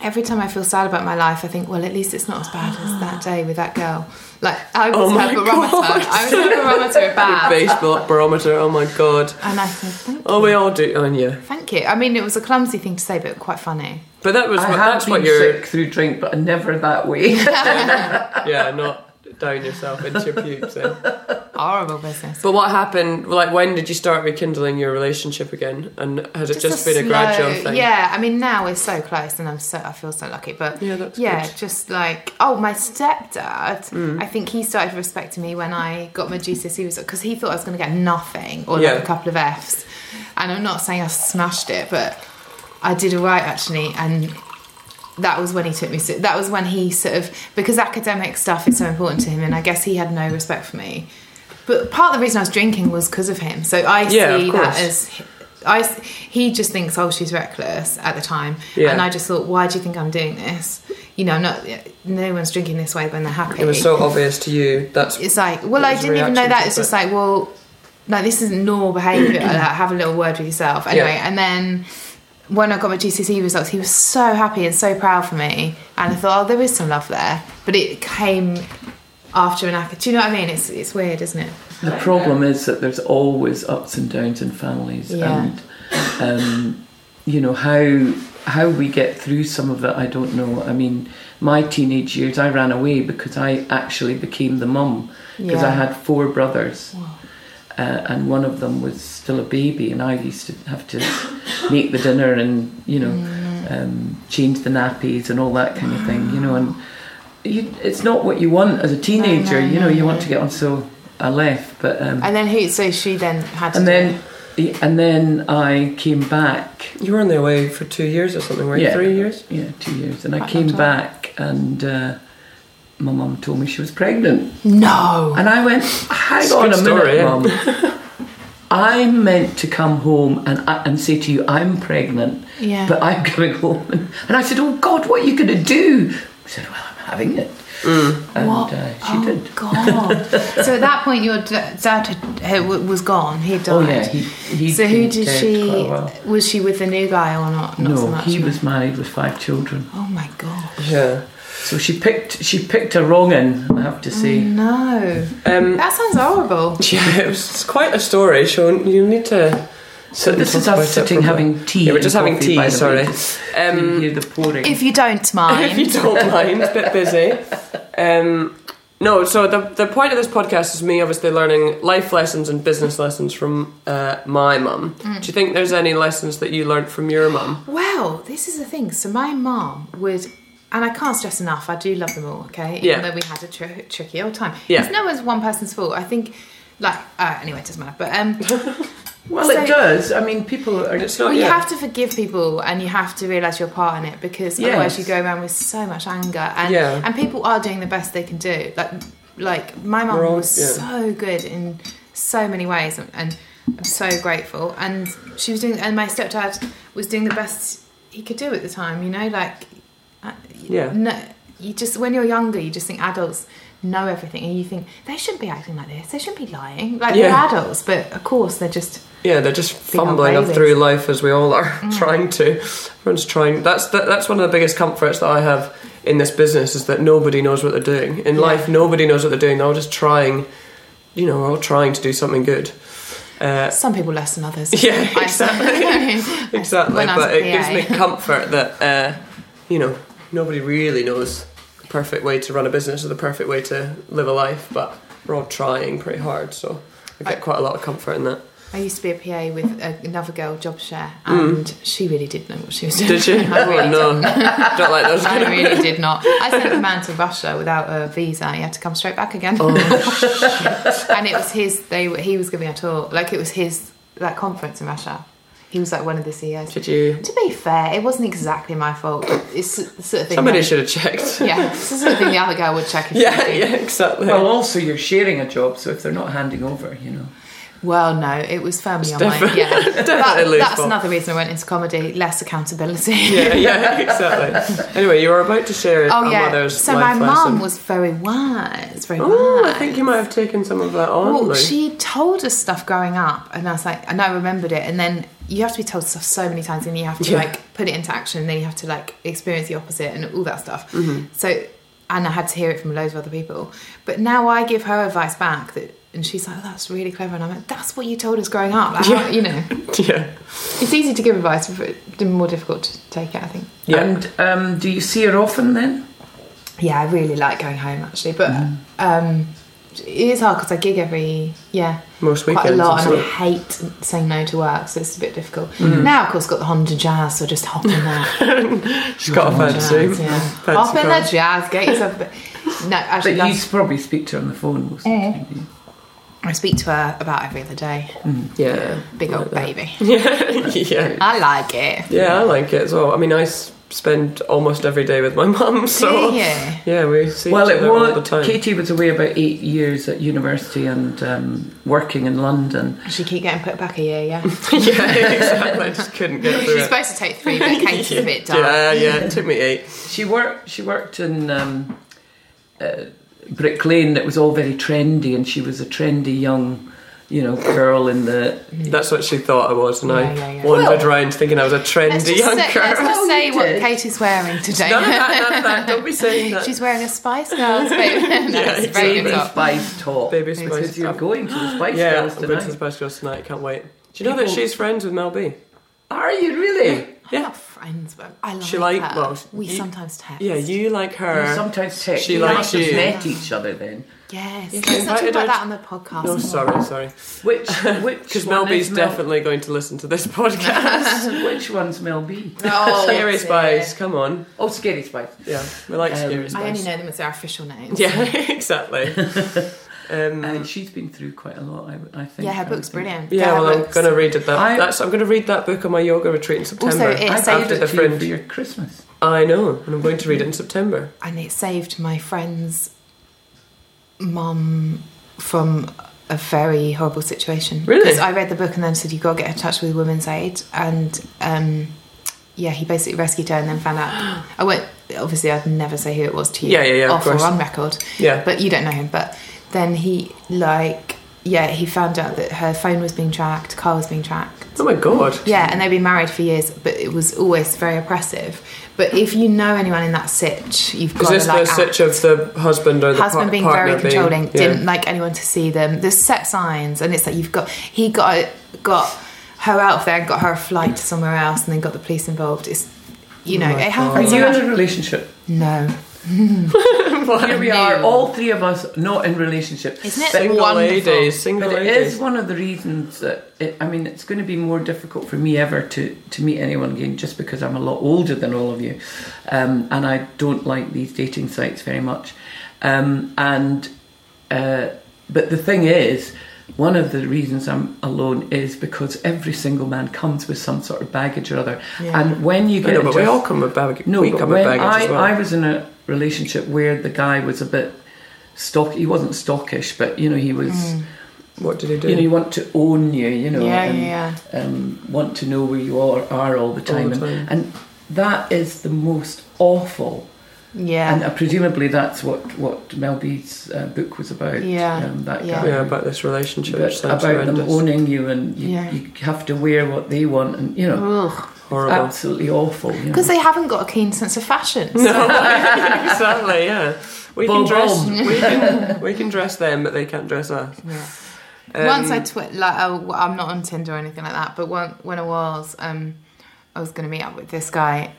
every time I feel sad about my life, I think, well, at least it's not as bad as that day with that girl." Like I was
Oh my
her barometer.
God.
I was her barometer of
Your
bad,
base bar- barometer. Oh my god.
and I said, "Thank you."
Oh, we all do, aren't you?
Thank you. I mean, it was a clumsy thing to say, but quite funny.
But that was
I
what,
have
that's
been
what you're.
sick through drink, but never that way.
Yeah, not down yourself into your pubes. Then.
Horrible business.
But what happened? Like, when did you start rekindling your relationship again? And has it just, been a
slow-
gradual thing?
Yeah, I mean now we're so close, and I'm so I feel so lucky. But
Yeah, that's
yeah,
good. Mm.
just like oh, my stepdad. I think he started respecting me when I got my GCSE result because E he thought I was going to get nothing or
Yeah.
like a couple of Fs. And I'm not saying I smashed it, but I did all right actually, and. That was when he took me. se- That was when he sort of because academic stuff is so important to him, and I guess he had no respect for me. But part of the reason I was drinking was because of him. So I
Yeah, of
see
course.
that as I, s- he just thinks, oh, she's reckless at the time,
Yeah.
and I just thought, why do you think I'm doing this? You know, I'm not. No one's drinking this way when they're happy.
It was so obvious to you. That's
It's like, well,
What
I
was the
didn't even know
reaction
that.
to
It's just
that?
like, well, no, this isn't normal behaviour. like, have a little word with yourself, anyway.
Yeah.
And then when I got my GCSE E results, he was so happy and so proud for me, and I thought, oh, there is some love there. But it came after an act. Do you know what I mean? It's it's weird, isn't it?
The problem is that there's always ups and downs in families,
Yeah.
and um, you know how how we get through some of it. I don't know. I mean, my teenage years, I ran away because I actually became the mum because I
Yeah.
had four brothers, uh, and one of them was still a baby, and I used to have to make the dinner and you know
Mm.
um, change the nappies and all that kind of thing, you know. And you, it's not what you want as a teenager, you know. you want to get on, so I left, but. Um,
And then who? So she then had to.
and
do
then and then I came back.
you were only away for two years or something, were you? Three years.
Yeah, two years. And I
Quite a
came
long time.
back, and uh, my mum told me she was pregnant,
it. no.
and I went, "Hang
It's a
on
good
a
story,
minute,
yeah.
mum." I meant to come home and and say to you, "I'm pregnant,"
Yeah.
but I'm going home. And, and I said, "Oh God, what are you going to do?" She said, "Well, I'm having it,"
Mm.
and
What?
Uh, she
oh,
did.
God. so at that point, your d- dad had, had- w- was gone. He died.
Oh yeah, he, he
so who
been
did
dead
she?
quite a while.
Was she with the new guy or not? Not
No,
so much.
he was married with five children.
Oh my God.
Yeah.
So she picked she picked a wrong end, I have to say.
Mm. No.
Um,
That sounds horrible.
yeah, it was it's quite a story, Sean. You need to. Sit and
This
talk
is us
about it
sitting
properly.
having tea.
Yeah, we're
and
just having
coffee, by
tea.
the
Sorry. Um,
way, just so you hear the pouring.
If you don't
if you
mind.
don't mind, it's a bit busy. Um, no, so the the point of this podcast is me obviously learning life lessons and business lessons from uh, my mum. Do you think there's any lessons that you learnt from your mum?
Well, this is the thing. So my mom would, and I can't stress enough. I do love them all. Okay,
Yeah.
even though we had a tr- tricky old time.
Yeah.
It's no one's one person's fault. I think, like, uh, anyway, it doesn't matter. But um.
well,
so-
it does. I mean, people are.
It's not
Well,
yeah.
you have to forgive people, and you have to realize your part in it because
Yes.
otherwise you go around with so much anger, and
Yeah.
and people are doing the best they can do. Like, like my mum
We're all-
was
yeah.
so good in so many ways, and, and I'm so grateful. And she was doing, and my stepdad was doing the best he could do at the time. You know, like, uh,
Yeah.
no, you just when you're younger, you just think adults know everything, and you think they shouldn't be acting like this, they shouldn't be lying, like
Yeah.
they're adults, but of course they're just.
yeah, they're just
how
fumbling up
brave
through
is.
life as we all are, trying to. Everyone's trying. That's that, that's one of the biggest comforts that I have in this business is that nobody knows what they're doing. In life, nobody knows what they're doing. They're all just trying. You know, we're all trying to do something good. Uh,
Some people less than others.
Yeah,
I-
exactly. exactly.
When I was
But it
a
gives
PA.
me comfort that uh, you know nobody really knows the perfect way to run a business or the perfect way to live a life, but we're all trying pretty hard, so I get quite a lot of comfort in that.
I used to be a PA with a, another girl, job share, and she really did know what she was doing.
Mm. Did you?
I really,
Oh no, don't like those.
I really did not. I sent the man to Russia without a visa. He had to come straight back again.
Oh,
and it was his. They were- he was giving a tour. Like it was his that conference in Russia. He was like one of the CEOs.
Did you?
To be fair, it wasn't exactly my fault. It's the sort of thing.
Somebody
that-
should have checked.
yeah, it's the sort of thing the other girl would check. If she
Yeah,
did.
yeah, exactly.
Well, also you're sharing a job, so if they're not handing over, you know.
Well, no, it was firmly on my
definitely-
yeah. That-
definitely
that's
spot.
another reason I went into comedy: less accountability.
Yeah, yeah, exactly. Anyway, you were about to share
Oh
our
yeah.
mother's
So my
life
mum
lesson.
was very wise, very
Oh,
wise.
I think you might have taken some of that on.
Well,
Lou.
she told us stuff growing up, and I was like, and I remembered it. And then you have to be told stuff so many times, and you have to
Yeah.
like put it into action, and then you have to like experience the opposite and all that stuff.
Mm-hmm.
So, and I had to hear it from loads of other people. But now I give her advice back that, and she's like, oh, "That's really clever," and I'm like, "That's what you told us growing up." Like,
Yeah.
You know,
yeah,
it's easy to give advice, but it's more difficult to take it. I think.
yeah.
And um, do you see her often then?
Yeah, I really like going home actually, but
Mm.
um, it is hard because I gig every yeah
Most
quite a
weekends
lot,
and
and I hate saying no to work, so it's a bit difficult.
Mm.
Now, of course, got the Honda Jazz, so just hop in that
she's got a
Honda
fancy,
Jazz, yeah.
fancy
hop in
car.
that Jazz, get yourself a bit. No,
But
actually,
you
last-
s- probably speak to her on the phone most of the time. do you?
I speak to her about every other day.
Yeah,
Big
I
old
like
baby,
that. yeah,
I like it.
yeah. I like it as well. I mean, I s- spend almost every day with my mum, so
Do you?
yeah, we see
Well,
each
it
other all the
was.
time.
Katie was away about eight years at university and um, working in London.
She keep getting put back a year, yeah.
yeah, exactly. I just couldn't get through
She's
it.
supposed to take three, but Katie's a bit dark.
Yeah, yeah. It took me eight.
She worked. She worked in um, uh, Brick Lane. That was all very trendy, and she was a trendy young, you know, girl in the.
That's what she thought I was, and I
Yeah, yeah, yeah.
wandered
Well,
round thinking I was a
Let's
trendy
just, say,
young
let's
girl.
just
Oh,
say
you
what
did.
Katie's wearing today.
No, no, no, no, don't be saying that.
She's wearing a Spice Girls baby. no, it's a very
exactly.
good
Baby
top.
Spice top.
Baby
Because
Spice
You're
top.
going to the Spice
yeah,
Girls
I'm going to the
tonight.
Spice Girls tonight. Can't wait. Do you know that
People-
she's friends with Mel B?
Are you really?
We're
Yeah,
not friends, but I like
She like-
her.
well,
we
you-
sometimes text.
yeah. You like her.
You sometimes text.
She
you
likes
must have
you.
Met each other then.
Yes.
You
Let's not talk
invited her
about that
to-
on the podcast.
No, sorry, sorry.
Which which
Because
one
Mel B's
is Mel-
definitely going to listen to this podcast.
Which one's Mel B?
Oh,
Scary
dear.
Spice, come on.
Oh, Scary Spice.
Yeah, we like
Um,
Scary
I only
Spice.
know them as their official names.
Yeah, exactly. Um,
And Uh, she's been through quite a lot. I, I think.
Yeah, her
I
book's
think.
brilliant.
yeah,
Her
well, I'm
book's-
going to read that.
I-
That's, I'm going to read that book on my yoga retreat in September.
Also, it
I
saved
saved
after
it
the
to you
fringe.
for your Christmas.
I know, and I'm going to read it in September.
and it saved my friend's mum from a very horrible situation.
Really?
Because I read the book and then said you got to get in touch with Women's Aid, and um, yeah, he basically rescued her and then found out. I went obviously I'd never say who it was to you,
Yeah, yeah, yeah, of
off or
course.
on record,
Yeah.
but you don't know him. But then he like yeah, he found out that her phone was being tracked, car was being tracked.
Oh my god.
Yeah, and they've been married for years, but it was always very oppressive. But if you know anyone in that sitch, you've
Is
got
this
to like
the
act.
sitch of the husband or the
husband
par-
being
partner
very controlling,
being, yeah.
didn't like anyone to see them. There's set signs, and it's like you've got he got got her out of there and got her a flight to somewhere else, and then got the police involved. It's
Oh
you know it
Are
happens.
you
a lot.
in a relationship?
No,
Here we
No.
are, all three of us not in relationships.
isn't it
Single
wonderful?
ladies, single
But it
ladies.
is one of the reasons that it, I mean it's going to be more difficult for me ever to to meet anyone again, just because I'm a lot older than all of you, um, and I don't like these dating sites very much. Um, and uh, but the thing is, one of the reasons I'm alone is because every single man comes with some sort of baggage or other,
Yeah.
and when you
I
get
know, but
into
we
a-
all come with baggage.
no,
we
but
come
when
with baggage
I,
as well.
I was in a relationship where the guy was a bit stock. He wasn't stockish, but you know he was.
Mm. what did he do?
You know, you want to own you. You know,
Yeah,
Mm. and
yeah,
Um, want to know where you are, are all the time,
the time.
And, and that is the most awful.
yeah.
And uh, presumably that's what what Mel B's uh, book was about.
Yeah,
um, that
yeah.
guy.
yeah, about this relationship.
But
which sounds
about them
horrendous.
owning you, and you,
Yeah.
you have to wear what they want, and you know,
Ugh.
Horrible.
absolutely awful. you know.
Because they haven't got a keen sense of fashion.
Mm.
So
exactly, yeah. We
Boom,
can dress
boom.
we can, we can dress them but they can't dress us.
Yeah.
Um,
once I twi- like I, am not on Tinder or anything like that, but one, when I was, um, I was going to meet up with this guy,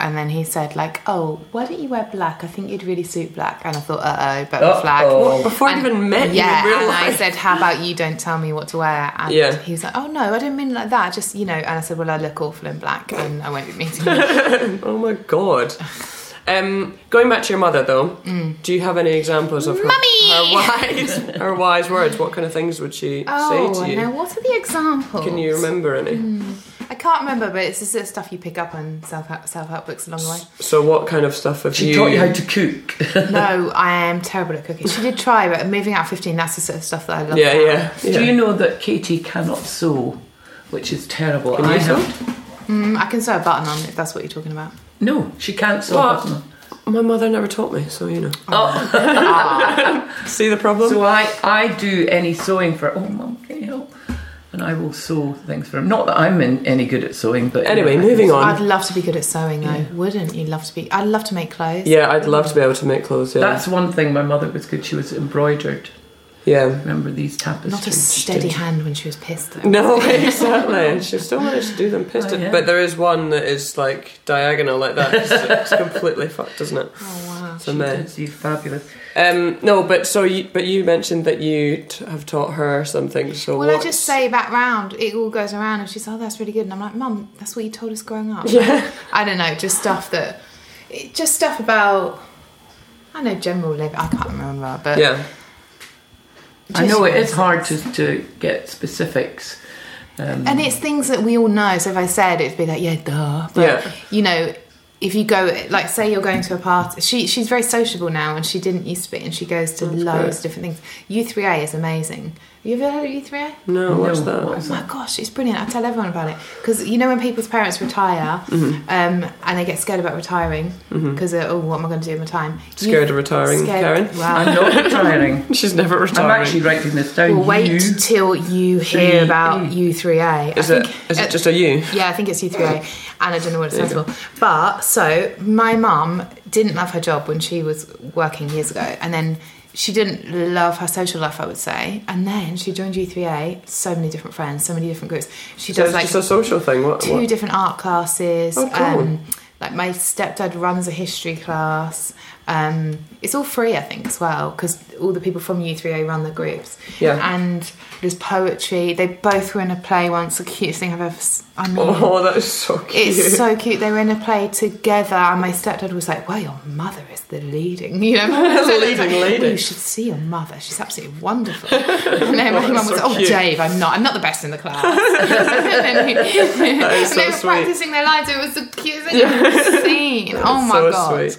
and then he said like, "Oh, why don't you wear black? I think you'd really suit black." And I thought, "Uh oh, but the flag."
Uh-oh.
Before I
And-
even met
yeah,
you in real
and I
life.
said, "How about you don't tell me what to wear?" And
Yeah.
he was like, "Oh no, I didn't mean like that. Just you know." And I said, "Well, I look awful in black, and I won't be meeting you."
oh my god. Um, going back to your mother though, do you have any examples of her,
Mm.
her wise
Mummy!
her wise words? What kind of things would she
oh, Mm.
say to you?
now what are the examples?
Can you remember any?
I can't remember, but it's the sort of stuff you pick up on self self help books along the way.
So what kind of stuff have
She
you?
taught you how to cook.
no, I am terrible at cooking. She did try, but moving out of 15, that's the sort of stuff that I love.
yeah, yeah, yeah.
Do you know that Katie cannot sew, which is terrible?
Can you
I
sew?
have-
Mm, I can sew a button on if that's what you're talking about.
No, she can't sew.
What?
doesn't she?
My mother never taught me, so you know.
Oh. Ah.
See the problem?
So I, I do any sewing for. Oh, mum, can you help? And I will sew things for him. Not that I'm in, any good at sewing, but
anyway, moving on.
I'd love to be good at sewing, though. Wouldn't you love to be? I'd love to make clothes.
yeah, I'd love to be able to make clothes. Yeah,
That's one thing my mother was good. She was embroidered.
yeah.
Remember these tapestries?
Not a
she
steady
did.
hand when she was pissed, though.
No, exactly. She still managed to do them pissed.
Oh, yeah.
But there is one that is like diagonal like that. It's, it's completely fucked, isn't it?
Oh, wow.
It's a
She
mess.
did these fabulous.
Um, no, but so you, but you mentioned that you t- have taught her something. So
Well, I
what's-
just say back round, it all goes around, and she's like, oh, that's really good. And I'm like, Mum, that's what you told us growing up.
Yeah.
I don't know, just stuff that, it, just stuff about, I know general living, I can't remember, but.
Yeah,
I know it is
Just-
hard to, to get specifics. Um,
And it's things that we all know. So if I said it, it'd be like, yeah, duh. But,
Yeah.
you know, if you go, like, say you're going to a party, she, she's very sociable now and she didn't used to be, and she goes to loads of different things. U3A is amazing. You ever heard of U3A?
no, what's
No,
that?
what is
Oh my gosh, it's brilliant. I tell everyone about it because you know when people's parents retire
Mm-hmm.
um, and they get scared about retiring because oh, what am I going to do with my time?
Scared of retiring, Karen?
Wow.
I'm not retiring.
She's never retiring.
I'm actually writing this down.
Well, wait
You-
till you
Three
hear about
A.
U3A.
is
I
it?
think-
Is
uh,
it just a you?
yeah, I think it's U3A, and I don't know what it stands for. But so my mum didn't love her job when she was working years ago, and then she didn't love her social life, I would say. And then she joined U3A. So many different friends, so many different groups. She
So
does
it's
like
just a social thing. What?
two
what?
different art classes.
Oh, cool.
um, like my stepdad runs a history class. Um, it's all free, I think, as well, because all the people from U3A run the groups.
Yeah.
And there's poetry. They both were in a play once. The cutest thing I've ever. s- I mean.
Oh, that is so cute.
It's so cute. They were in a play together, and my stepdad was like, "Well, your mother is the leading, you know, my stepdad was
Leading
like,
lady.
"Well, You should see your mother. She's absolutely wonderful." And then my
that's
mum was
so
like, "Oh,
cute.
Dave, I'm not. I'm not the best in the class." and then he- and
so
they were
sweet.
practicing their lines. It was the cutest thing I've ever seen. Oh my
so
god!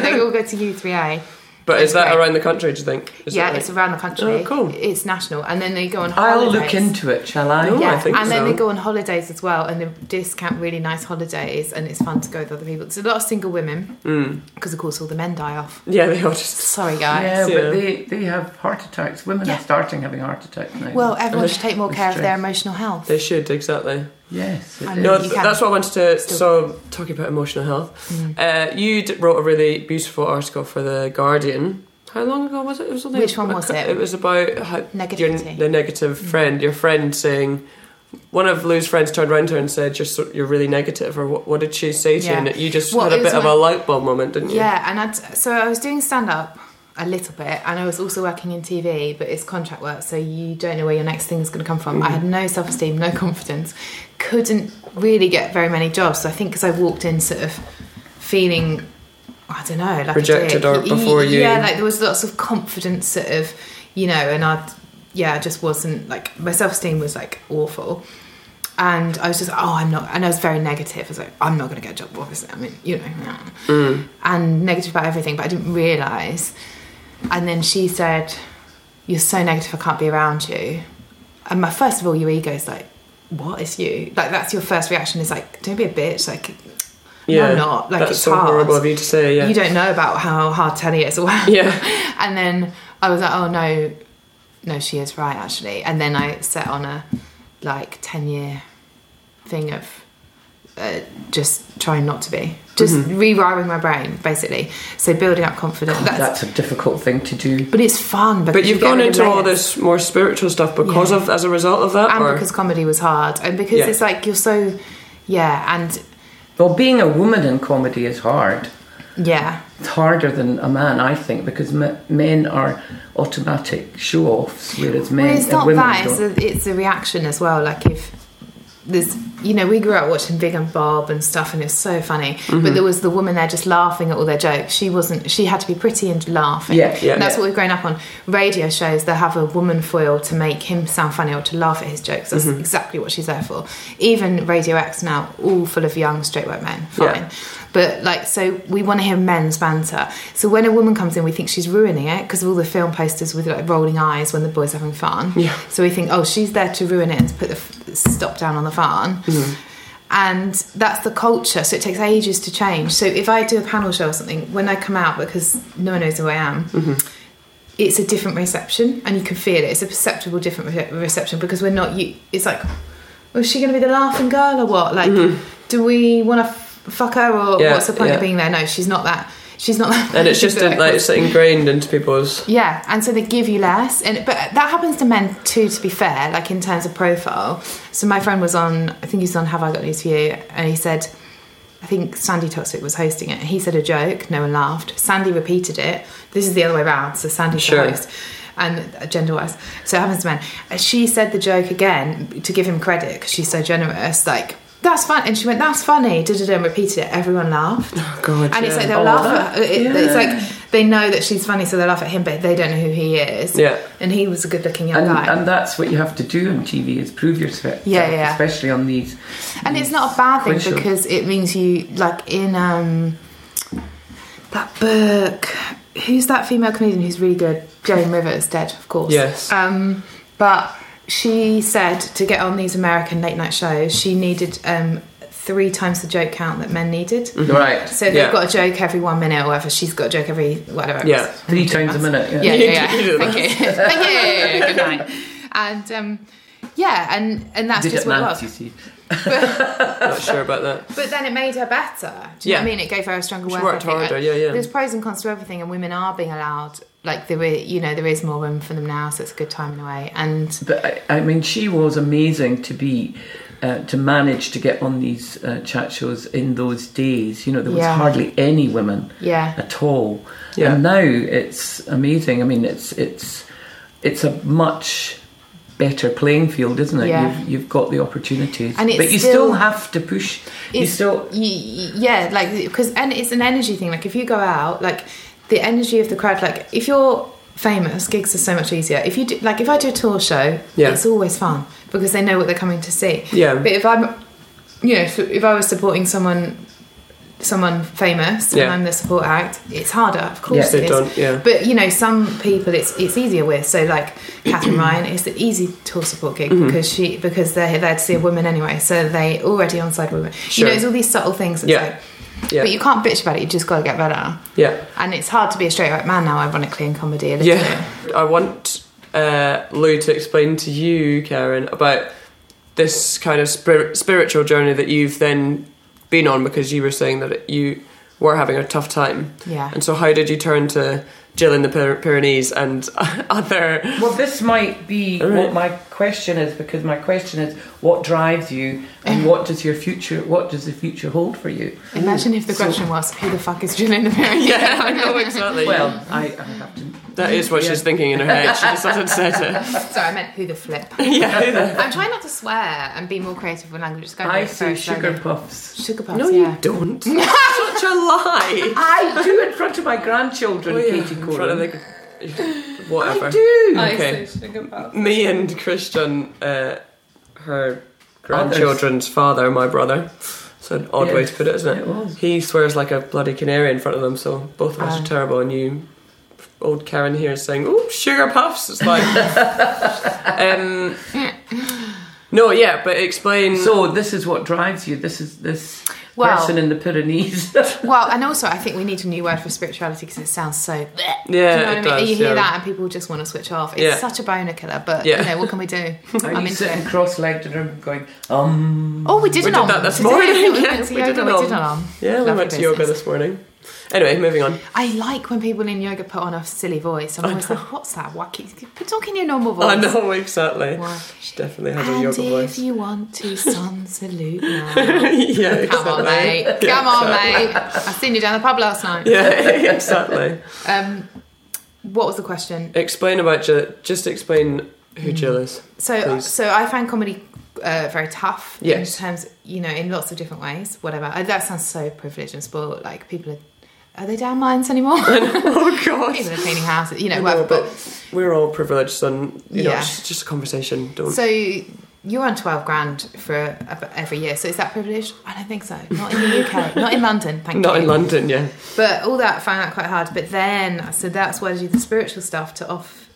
they all go to U3A.
but is that
okay.
around the country? Do you think? Is
yeah,
it
it's
like-
around the country.
Oh, cool.
It's national, and then they go on.
I'll look
holidays.
into it, shall I?
No. Oh, I
Yeah,
think
and then
so.
they go on holidays as well, and they discount really nice holidays, and it's fun to go with other people. There's a lot of single women because, of course, all the men die off.
Hmm. yeah, they all just.
Sorry, guys.
Yeah,
Yeah.
but they, they have heart attacks. Women
Yeah.
are starting having heart attacks now.
Well, everyone should take more
It's
care of their
true.
emotional health.
They should exactly.
yes. it
I
is.
know.
No,
Mm, You
th-
can.
that's what I wanted to.
Still. Mm.
So talking about emotional health, uh, you d- wrote a really beautiful article for the Guardian. How long ago was it? It was only
Which one was it?
It was about how your,
Negativity. Mm.
the negative friend, your friend saying. One of Lou's friends turned around to her and said, "You're so, you're really negative." Or what, what did she say to you?
Yeah.
And it- you just
Well,
had
it
a
was
bit of
my-
a light bulb moment, didn't you?
Yeah, and I'd, so I was doing stand up a little bit, and I was also working in TV, but it's contract work, so you don't know where your next thing is going to come from. I had no self esteem, no confidence, couldn't really get very many jobs. So I think because I walked in sort of feeling, I don't know, like a
Rejected
dick.
or before you-
Yeah, like there was lots of confidence, sort of, you know, and I, yeah, I just wasn't like my self esteem was like awful and I was just, oh, I'm not, and I was very negative. I was like, I'm not going to get a job, obviously. I mean, you know,
Mm.
and negative about everything, but I didn't realise. And then she said, You're so negative, I can't be around you. And my first of all, your ego's like, What is you? Like, that's your first reaction is like, Don't be a bitch. Like,
yeah.
no, I'm not. Like,
that's
it's
so
hard.
horrible of you to say. Yeah,
You don't know about how hard Telly is. Wow.
yeah,
And then I was like, oh no, no, she is right actually. And then I set on a like 10 year thing of uh, just trying not to be, just
Mm-hmm.
rewiring my brain basically. So building up confidence. that's,
That's a difficult thing to do.
but it's fun. Because
but you've
you get
gone
rid of
into all
layers.
this more spiritual stuff because
Yeah.
of as a result of that,
And
or
because comedy was hard. And because
Yeah.
it's like you're so, yeah, and
Well, being a woman in comedy is hard.
yeah.
It's harder than a man, I think, because me- men are automatic show-offs, whereas men
Well, it's
and
not
women
that. It's
don't.
a, it's a reaction as well. Like if there's you know we grew up watching Big and Bob and stuff, and it's so funny.
Mm-hmm.
But there was the woman there just laughing at all their jokes. She wasn't. She had to be pretty and laugh.
Yeah, yeah,
And that's
yeah.
what we've grown up on. Radio shows that have a woman foil to make him sound funny or to laugh at his jokes. That's
Mm-hmm.
exactly what she's there for. Even Radio X now, all full of young straight white men. Fine.
Yeah.
But like, so we want to hear men's banter. So when a woman comes in, we think she's ruining it because of all the film posters with like rolling eyes when the boys having fun.
Yeah.
So we think, oh, she's there to ruin it and to put the f- stop down on the fun.
Mm-hmm.
And that's the culture. So it takes ages to change. So if I do a panel show or something, when I come out because no one knows who I am. It's a different reception, and you can feel it. It's a perceptible different re- reception because we're not. You, it's like, well, is she going to be the laughing girl or what? Like, do we want to f- fuck her or
Mm-hmm. Yeah,
what's the point
yeah.
of being there? No, she's not that. She's not that.
and it's just in, like it's ingrained into people's.
Yeah, and so they give you less, and but that happens to men too. To be fair, like in terms of profile. So my friend was on, I think he was on Have I Got News for You, and he said, I think Sandy Toxic was hosting it. He said a joke, no one laughed. Sandy repeated it. This is the other way around. So Sandy's
Sure.
the host, and gender wise, so it happens to men. And She said the joke again to give him credit because she's so generous. Like. That's fun, and she went. That's funny. Did it and repeated it. Everyone laughed,
God,
and it's
yeah.
like they'll
Oh,
laugh.
that-
at, it, It's
yeah.
like they know that she's funny, so they laugh at him, but they don't know who he is.
Yeah.
And he was a good looking young
And,
guy. And,
and that's what you have to do on TV is prove yourself.
Yeah, yeah.
Especially on these.
it's not a bad thing
Crucial.
because it means you, like, in um, that book, who's that female comedian who's really good? Joan Rivers, dead, of course.
Yes.
Um, but she said to get on these American late night shows, she needed um, three times the joke count that men needed.
Right.
So they've
Mm. Yeah.
got a joke every one minute, or whatever. She's got a joke every whatever.
Yeah.
Three times a minute. Yeah.
yeah,
You
yeah,
did
yeah.
it.
Thank you. Thank you. Good night. And um, yeah, and and that's
Did
just
it
what it
maths, you
was.
see.
Not sure about that.
But then it made her better. Do you know what I
Yeah.
mean? It gave her a stronger
She
work
worked
ethic.
harder, yeah, yeah.
There's pros and cons to everything, and women are being allowed. Like there, i- you know, there is more room for them now, so it's a good time in a way. And
But I, I mean, she was amazing to be. Uh, to manage to get on these uh, chat shows in those days, you know, there was
Yeah.
hardly any women
Yeah.
at all.
Yeah.
And now it's amazing. I mean, it's it's it's a much better playing field, isn't it?
Yeah.
You've, you've got the opportunities,
And it's
but you
still-
still have to push. You
it's
still
y- y- yeah, like because and it's an energy thing. Like if you go out, like the energy of the crowd. Like if you're famous, gigs are so much easier. If you do, like if I do a tour show,
Yeah.
it's always fun because they know what they're coming to see.
Yeah.
But if I'm, you know, if, if I was supporting someone, someone famous, and
Yeah.
I'm the support act, it's harder. Of course,
Yeah. They
it is.
don't- yeah.
But you know, some people it's it's easier with. So like Catherine Ryan is the easy tour support gig
Mm-hmm.
because she because they're there to see a woman anyway, so they already on side women.
Sure.
You know, it's all these subtle things. It's
Yeah.
like,
Yeah.
but you can't bitch about it. You just got to get better.
Yeah.
And it's hard to be a straight white man now, ironically, in comedy. A little
Yeah, I want uh, Lou to explain to you, Karen, about this kind of spir- spiritual journey that you've then been on because you were saying that it, you were having a tough time.
bit. yeah.
And so, how did you turn to Jill in the Pyr- Pyrenees and other?
Well, this might be
All right.
what my question is because my question is what drives you and what does your future what does the future hold for you?
Imagine if the
So-
question was, "Who the fuck is Jill in the mirror?" Yeah,
I know exactly.
Well, I, I have to.
that is what
yeah.
she's thinking in her head. She just hasn't said it.
Sorry, I meant who the flip.
Yeah.
I'm trying not to swear and be more creative with language. It's going
I
very
say
slowly.
sugar puffs.
Sugar puffs.
No,
yeah.
you don't. Such a lie.
I do in front of my grandchildren,
Oh, yeah,
Katie
in
Corin.
front of the- whatever.
I do.
Okay. Me and Christian, uh, her grandchildren's father, my brother. It's an odd way to put it, isn't it?
It was.
He swears like a bloody canary in front of them, so both of us
Ah.
are terrible. And you, old Karen here, is saying, "Oh, sugar puffs." It's like, um, no, yeah, but explain.
So this is what drives you. This is this
Mm. Well-
person in the Pyrenees.
Well, and also I think we need a new word for spirituality because it sounds so. Yeah,
yeah,
you know what
it
I mean?
does.
you hear
yeah.
that and people just want to switch off. It's
Yeah.
such a boner killer, but
Yeah.
you know what can we do?
I'm
I'm into
sitting
it.
cross-legged and I'm going um.
Oh, we did
We
an
did
om
that this
today.
morning,
We
yeah,
went to
we did
yoga.
an
We
om.
did an om.
Yeah, we
Lovely
went to yoga
business.
this morning. Anyway, moving on.
I like when people in yoga put on a silly voice. I'm always like, "What's that wacky? Put talking your normal voice."
I know exactly.
Why?
She definitely has a
And if
yoga voice.
you want to, sun salute now.
yeah,
Come on,
exactly.
mate. Come on, mate. I've seen you down the pub last night.
Yeah, exactly.
Um, what was the question? Mm.
Explain about Jill. Just explain who Jill is.
So,
Please.
so I found comedy uh, very tough
Yes.
in terms, you know, in lots of different ways. Whatever. Uh, That sounds so privileged and spoiled. Like people are, are they down mines anymore?
oh God.
people are cleaning houses, you know,
I know,
whatever. But
but we're all privileged, and you know,
Yeah.
it's just a conversation. Don't.
so you're on twelve grand for a- every year. So is that privileged? I don't think so. Not in the UK. Not in London. Thank
not
you.
in London, yeah.
But all that I found that quite hard. But then, so that's why I do the spiritual stuff to off,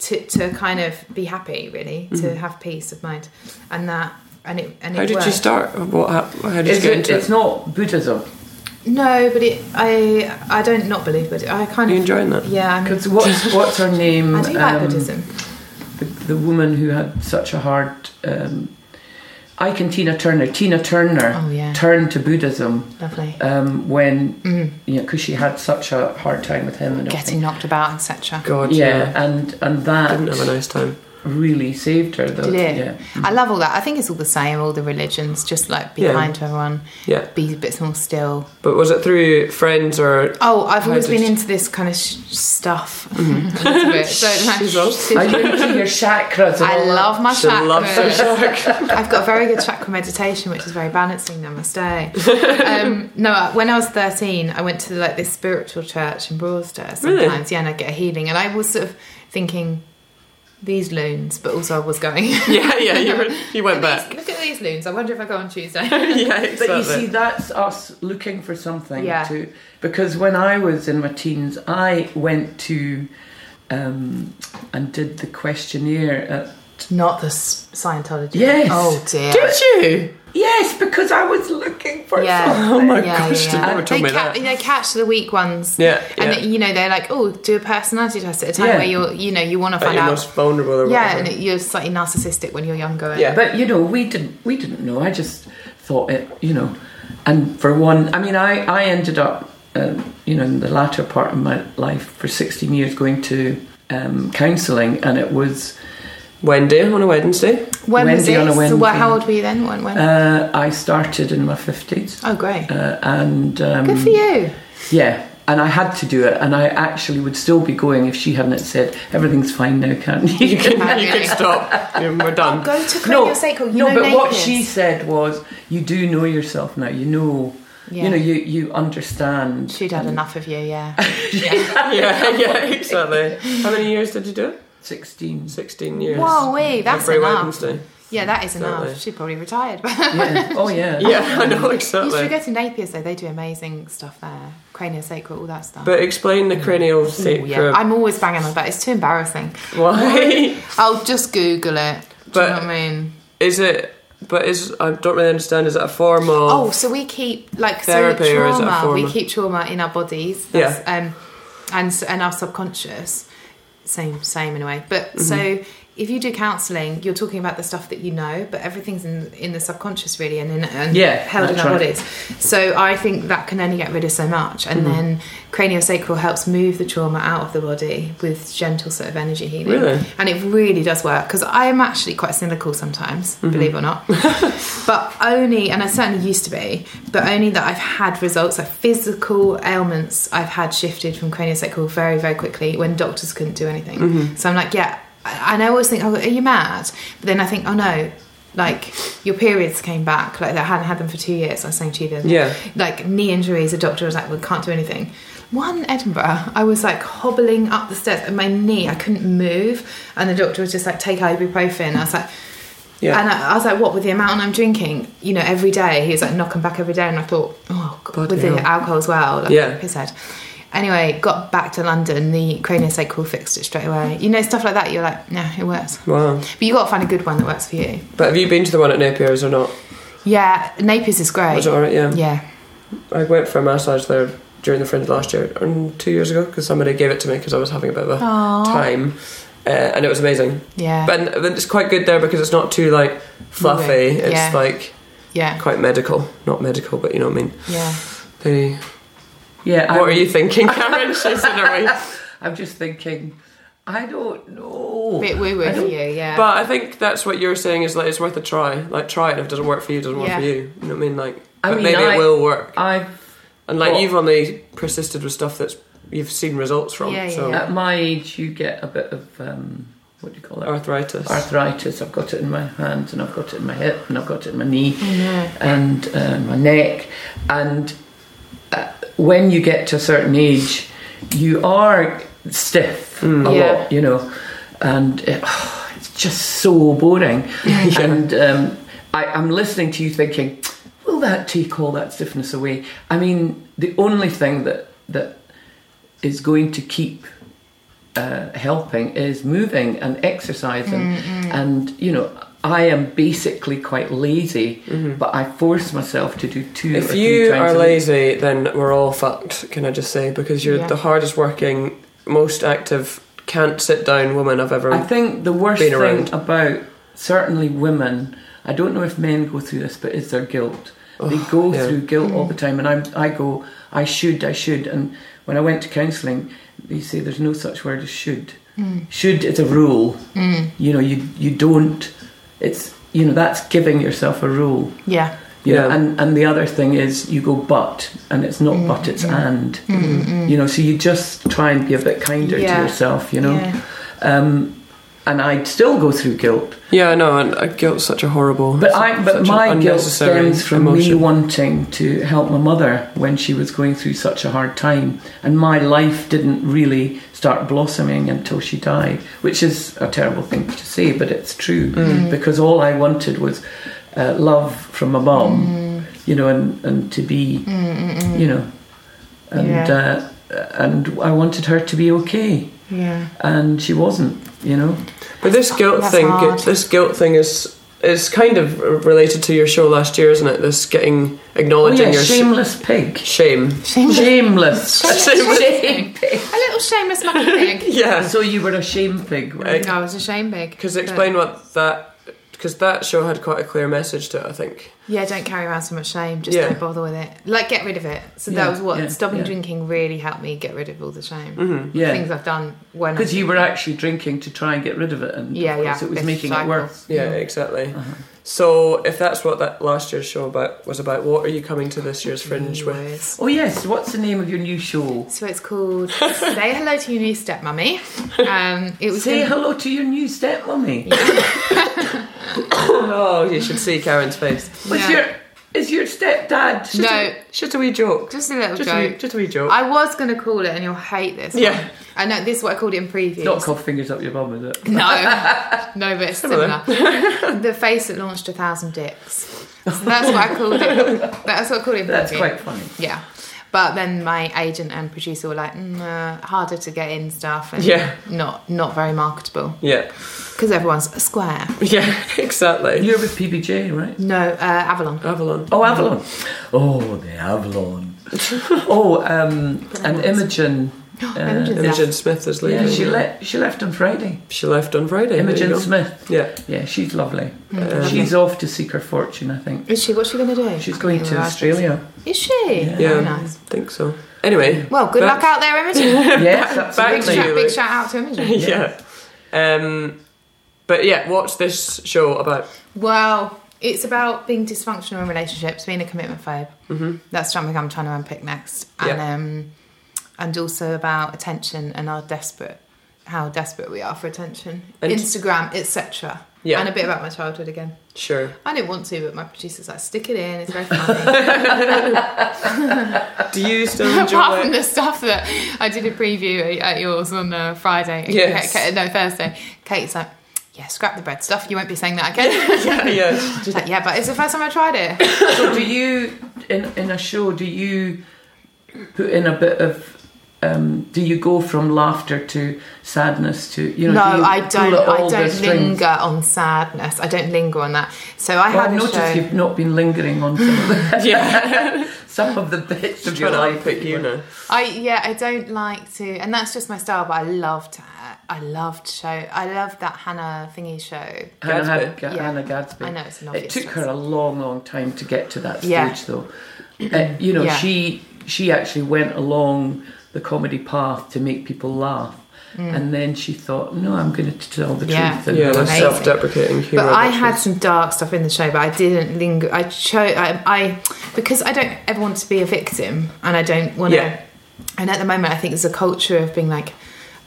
to, to kind of be happy, really, to have peace of mind, and that, and it, and it.
Mm-hmm. How did
worked.
you start? What? hap- How did you
Is
get
it,
into
it's
it?
not Buddhism.
No, but it, I, I don't not believe, but I kind
Are you
of.
enjoying that?
Yeah, I'm,
Because what's, what's her name?
I do like
um,
Buddhism.
The, the woman who had such a hard. Um, I can Tina Turner. Tina Turner
Oh, yeah.
turned to Buddhism
Lovely.
um, when, you know, because she had such a hard time with him and
Getting
everything.
knocked about, etc.
God,
Yeah,
yeah.
and and
I didn't have a
that
nice time.
really saved her. Though,
Did it?
yeah.
I love all that. I think it's all the same. All the religions, just like be
Yeah.
kind to everyone,
Yeah,
be a bit more still,
but was it through friends or?
Oh, I've
How
always
did
been
you-
into this kind of sh- stuff. A little bit. so like,
Mm-hmm. She's all-
sh-
Are you into your chakras? and
I
all that?
love my
She loves her
chakras.
shark.
I've got very good chakra meditation, which is very balancing. Namaste. Um, no, I- when I was thirteen, I went to like this spiritual church in Broadstairs.
Really?
Sometimes, yeah, and I get a healing, and I was sort of thinking these loons, but also I was going.
yeah, yeah. You, were, you went back.
Look at these loons. I wonder if I go on Tuesday.
yeah, exactly.
But you see, that's us looking for something
Yeah.
to. Because when I was in my teens, I went to um, and did the questionnaire. At,
Not the s- Scientology.
Yes.
Oh dear.
did you?
yes, because I was looking for
Yeah.
something.
Oh my gosh, you never
they,
told me
ca-
that.
they catch the weak ones.
Yeah,
And
yeah.
you know they're like, oh, do a personality test at a time
Yeah.
where you're, you know, you want to
That
find
you're
out.
most vulnerable or
yeah,
whatever.
and you're slightly narcissistic when you're younger. and-
Yeah.
But you know, we didn't. We didn't know. I just thought it. You know, and for one, I mean, I I ended up, um, you know, in the latter part of my life for sixteen years going to um, counselling, and it was.
Wednesday on a Wednesday.
When was
Wendy
it?
on a
So, wha-
Wednesday.
how old were you then? When? when?
Uh, I started in my fifties.
oh, great.
uh, and um,
Good for you.
yeah and i had to do it and i actually would still be going if she hadn't said everything's fine now can't you
You can,
Yeah.
you can stop. Yeah, We're done.
Go to cranial
no,
sacral. You
no
know
but what
Napier's.
she said was you do know yourself now you know
Yeah.
you know you, you understand
She'd had enough of you. Yeah.
yeah, yeah, exactly. How many years did you do it?
16
Sixteen years.
Whoa, wee, that's
Every
enough.
Wednesday.
Yeah, that is enough.
Exactly.
She probably retired.
yeah. oh yeah
Yeah, I know
you should
exactly.
go to Napier's though. They do amazing stuff there. Cranial sacral, all that stuff.
But explain the cranial
Oh,
sacrum.
yeah. I'm always banging on about it. It's too embarrassing.
Why
I'll just Google it. Do
But-
you know what I mean?
is it? But is I don't really understand. Is it a form of?
Oh, so we keep like
Therapy
so
or is it a
trauma.
form
We
of-
keep trauma in our bodies. That's, Um, and s- and our subconscious. Same same in a way. But
Mm-hmm.
so if you do counselling, you're talking about the stuff that you know, but everything's in in the subconscious really, and in and
Yeah,
held in
that's
our
right.
bodies. So I think that can only get rid of so much.
Mm-hmm.
And then craniosacral helps move the trauma out of the body with gentle sort of energy healing.
Really?
And it really does work because I am actually quite cynical sometimes,
Mm-hmm.
believe it or not. but only, and I certainly used to be, but only that I've had results, like physical ailments I've had shifted from craniosacral very, very quickly when doctors couldn't do anything. So I'm like, yeah. And I always think, oh, are you mad? But then I think, oh no, like your periods came back, like I hadn't had them for two years. I was saying to you the other day.
Yeah.
Like knee injuries, a doctor was like, we can't do anything. One Edinburgh, I was like hobbling up the stairs and my knee, I couldn't move. And the doctor was just like, take ibuprofen. I was like,
yeah.
and I, I was like, what, with the amount I'm drinking, you know, every day? He was like knocking back every day. And I thought, oh, God,
Bloody
with the
hell.
alcohol as well. Like,
Yeah.
Piss head. Anyway, got back to London, the craniosacral fixed it straight away. You know, stuff like that, you're like, no, it works.
Wow.
But you got to find a good one that works for you.
But have you been to the one at Napier's or not?
Yeah, Naples is great.
Was it alright? Yeah.
Yeah.
I went for a massage there during the Friends last year, or two years ago, because somebody gave it to me because I was having a bit of a
Aw.
time. Uh, and it was amazing.
Yeah.
But and it's quite good there because it's not too like fluffy.
Moving,
It's
yeah.
like
yeah.
quite medical, not medical, but you know what I mean.
Yeah.
They,
yeah
what
I'm,
are you thinking, Karen? She's in her way.
I'm just thinking i don't know
Bit woo woo for you, yeah.
But I think that's what you're saying is like it's worth a try. Like try it. and If it doesn't work for you, it doesn't work
Yeah.
for you. You know what I mean? Like,
I
but
mean,
maybe
I-
it will work.
i
And like
Well-
you've only persisted with stuff that's you've seen results from.
Yeah, yeah,
so
yeah.
at my age you get a bit of um, what do you call that?
Arthritis.
arthritis. I've got it in my hands and I've got it in my hip and I've got it in my knee and uh, my neck. And uh, when you get to a certain age, you are stiff a
Yeah.
lot, you know, and it, it's just so boring. And um, I, I'm listening to you thinking, will that take all that stiffness away? I mean, the only thing that that is going to keep uh, helping is moving and exercising. And, you know, I am basically quite lazy, but I force myself to do two or
Mm-hmm. If
three
you
times
are
a week.
lazy, then we're all fucked, can I just say? Because you're
Yeah.
the hardest working, most active, can't sit down woman I've ever.
I think the worst
Being
thing
around.
about certainly women, I don't know if men go through this, but is their guilt. They go
yeah.
through guilt all the
Mm.
time, and I, I go, I should, I should. And when I went to counselling, they say there's no such word as should.
Mm.
Should is a rule. You know, you you don't. It's you know that's giving yourself a rule.
Yeah.
Yeah.
Yeah.
And and the other thing is you go but and it's not
Mm.
but it's and. You know, so you just try and be a bit kinder
Mm-hmm. Yeah.
to yourself, you know.
Yeah.
Um and I'd still go through guilt.
yeah, I know, and uh, guilt's such a horrible.
But I
such
but
an
my guilt
unnecessary
stems from me
emotion.
wanting to help my mother when she was going through such a hard time and my life didn't really start blossoming until she died, which is a terrible thing to say, but it's true
Mm.
because all I wanted was uh, love from my mum, you know, and, and to be you know, and
Yeah.
uh, and I wanted her to be okay,
Yeah.
and she wasn't, you know.
But this guilt
That's
thing,
hard.
this guilt thing is is kind of related to your show last year, isn't it? This getting acknowledging
Oh, yeah,
your sh-
shameless pig,
shame.
Shameless.
shameless,
Shameless
shame pig.
A little shameless mucky pig.
Yeah,
So you were a shame pig, right?
No, it's a shame pig.
because
But-
explain what that because that show had quite a clear message to it. I think.
Yeah, don't carry around so much shame. Just
Yeah.
don't bother with it. Like, get rid of it. So
Yeah,
that was what
yeah,
stopping
yeah. Mm-hmm.
drinking really helped me get rid of all the shame. Things
Yeah,
I've done when
because you were actually drinking to try and get rid of it, and
Yeah,
of
yeah,
course it was
it's
making it
cycle.
worse.
Yeah, exactly.
Uh-huh.
So if that's what that last year's show about was about, what are you coming to this year's Fringe with?
Anyways.
Oh yes, what's the name of your new show?
So it's called Say Hello to Your New Stepmummy. Um, it was
Say
gonna-
hello to your new stepmummy.
Oh, you should see Karen's face.
Was
Yeah.
your is your stepdad?
Just
No.
a, just a wee joke.
Just a little
Just a wee,
joke.
just a wee joke.
I was going to call it, and you'll hate this. one.
Yeah.
I know this is what I called it in preview.
Not called fingers up your bum, is it?
No, no, but it's similar.
Similar.
the face that launched a thousand dicks. So that's what I called it. That's what I called it. in
That's
preview.
quite funny.
Yeah. But then my agent and producer were like, mm, uh, harder to get in stuff and
Yeah.
not not very marketable
yeah,
because everyone's a square.
yeah, exactly.
You're with PBJ, right?
No, uh, Avalon.
Avalon.
Oh, Avalon. Oh, the Avalon. oh, um, and Imogen. uh,
Imogen's
Imogen Smith is leaving.
yeah, she left. She left on Friday.
She left on Friday. there you
Imogen
go.
Smith.
Yeah. um,
Yeah, she's lovely.
Hmm.
she's off to seek her fortune, I think.
Is she? What's she going to do?
She's going to Australia.
Is she?
Yeah,
Very nice.
I think so. Anyway.
Well, good luck out there, Imogen.
yes,
back
big,
to
absolutely.
you.
shout, big shout out to Imogen.
Yeah. Um, but yeah, what's this show about?
Well, it's about being dysfunctional in relationships, being a commitment phobe. Mm-hmm. That's something I'm trying to unpick next, and
Yeah.
um, and also about attention and our desperate, how desperate we are for attention,
And-
Instagram, etc.
Yeah.
and a bit about my childhood again.
Sure.
I didn't want to, but my producer's like, stick it in. It's very funny.
Do you still
Apart
enjoy
from
it?
the stuff that I did a preview at yours on uh, Friday,
Yes.
Kate- no Thursday. Kate's like, yeah, scrap the bread stuff. You won't be saying that again.
yeah.
She's like, yeah, but it's the first time I tried it.
So, do you in in a show? Do you put in a bit of? Um, do you go from laughter to sadness to you know?
No,
do you
I
pull
don't.
at
I
all the
don't
strings?
linger on sadness. I don't linger on that. So I
Well,
had
I've
a
noticed
show.
you've not been lingering on some of the,
Yeah.
some of the bits of your
Trying to
life.
unpick you now.
I yeah, I don't like to, and that's just my style. But I loved, I loved show. I loved that Hannah thingy show.
Hannah,
Gadsby.
Gadsby. Ga-
Yeah.
Hannah Gadsby.
I know, it's an
It
obvious
took
choice.
her a long, long time to get to that stage,
Yeah.
though. Uh, you know,
Yeah.
she she actually went along the comedy path to make people laugh, and then she thought, "No, I'm going to tell the
Mm. Yeah.
truth." And
Yeah, that's
Amazing.
self-deprecating humor.
But I
which
had
is-
some dark stuff in the show, but I didn't linger. I chose I, I because I don't ever want to be a victim, and I don't want to.
Yeah.
And at the moment, I think there's a culture of being like,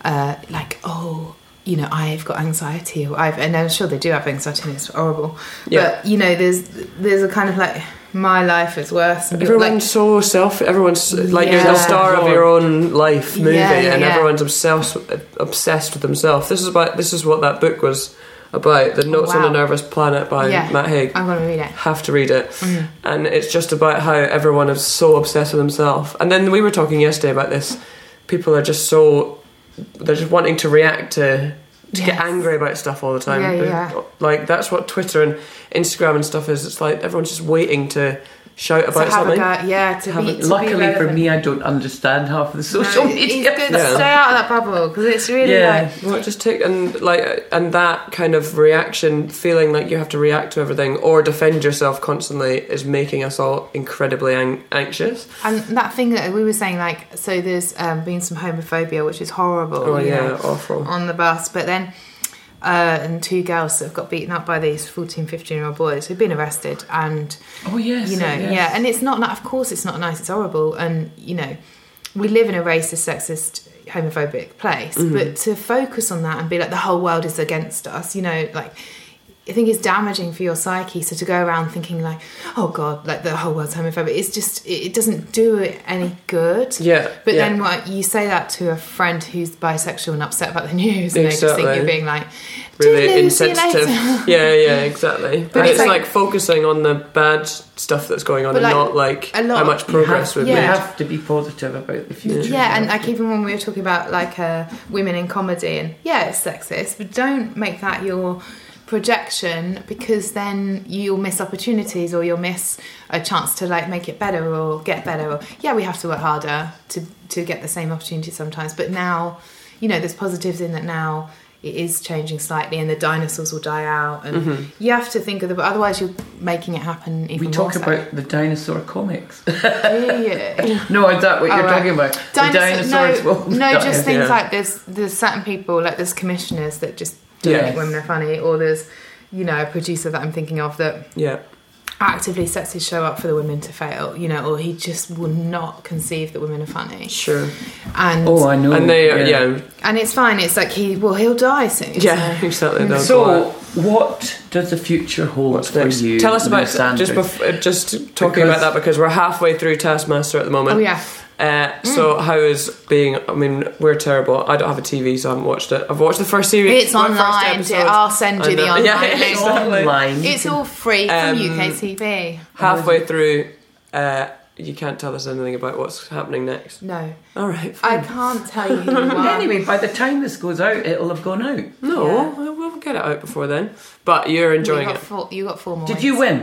uh, like oh. you know, I've got anxiety, or I've, and I'm sure they do have anxiety, and it's horrible.
Yeah.
But you know, there's there's a kind of like my life is worse. and people-
Everyone's
like,
so self. Everyone's like you're
Yeah.
the star of your own life movie,
Yeah, yeah,
and
yeah.
everyone's obsessed obsessed with themselves. This is about this is what that book was about. The Notes on
wow.
a Nervous Planet by
Yeah.
Matt Haig.
I'm gonna read it.
Have to read it,
Mm.
and it's just about how everyone is so obsessed with themselves. And then we were talking yesterday about this. People are just so they're just wanting to react to to get
Yes.
angry about stuff all the time.
Yeah,
They're-
yeah.
Like that's what Twitter and Instagram and stuff is. It's like everyone's just waiting to shout about
to have
something.
a go, yeah. To
Have
be,
a-
to be
Luckily for
relevant.
me, I don't understand half the
No,
social
it's
media.
good.
Yeah.
Stay out of that bubble because it's really
Yeah.
like
Well, just take and like and that kind of reaction, feeling like you have to react to everything or defend yourself constantly, is making us all incredibly ang- anxious.
And that thing that we were saying, like, so there's um, been some homophobia, which is horrible.
Oh
you
yeah,
know,
awful.
on the bus, but then, uh, and two girls that have got beaten up by these 14, 15 year old boys who've been arrested, and
Oh yes,
you know,
yes.
yeah, and it's not, ni- of course, it's not nice, it's horrible, and you know, we live in a racist, sexist, homophobic place,
Mm-hmm.
but to focus on that and be like, the whole world is against us, you know, like. I think it's damaging for your psyche. So to go around thinking like, "Oh God, like the whole world's homophobic," it's just it, it doesn't do it any good.
Yeah,
But
yeah.
then what you say that to a friend who's bisexual and upset about the news, and they just think
Exactly.
you're being like
Really
"Toodaloo, see you
insensitive.
later."
yeah, yeah, exactly. But it's,
it's
like,
like-
focusing on the bad stuff that's going on,
But
and
like,
not like
a lot
how
of-
much
You have-
progress we've
you
Yeah.
made.
have to be positive about the future.
Yeah, and like even when we were talking about like uh, women in comedy, and yeah, it's sexist, but don't make that your projection because then you'll miss opportunities or you'll miss a chance to like make it better or get better. Or yeah, we have to work harder to to get the same opportunity sometimes. But now, you know, there's positives in that now. It is changing slightly, and the dinosaurs will die out, and you have to think of the. But otherwise, you're making it happen even
Mm-hmm. we
more.
talk
so.
about the dinosaur comics.
Do you?
no, is that what
Oh,
you're
right.
talking about?
Dinosaur-
the dinosaurs
no,
will
no,
die.
just things
Yeah.
like there's there's certain people like there's commissioners that just don't
Yes.
think women are funny, or there's you know a producer that I'm thinking of that
Yeah,
actively sets his show up for the women to fail, you know, or he just will not conceive that women are funny,
sure.
and
Oh, I know.
And they, uh, yeah, yeah,
and it's fine. It's like he well he'll die soon. so-
exactly. they'll go out.
So, what does the future hold
What's
for
next?
you?
Tell us about
Miss Sanders?
just bef- uh, just talking
Because-
about that because we're halfway through Taskmaster at the moment.
Oh yeah, Mm.
Uh, So how is being? I mean, we're terrible. I don't have a TV, so I haven't watched it. I've watched the first series.
it's
my first
online. dear.
episode.
I'll send
I
you the
know.
online.
Yeah,
link.
It's
Exactly.
online.
It's all free from
Um,
UK TV.
Halfway through, uh, you can't tell us anything about what's happening next.
No,
All right.
I can't tell you who you are.
Anyway, by the time this goes out, it'll have gone out.
No,
Yeah.
we'll- we'll get it out before then. But you're
you
enjoying
got
it.
four. You got four more.
Did you
weeks.
win?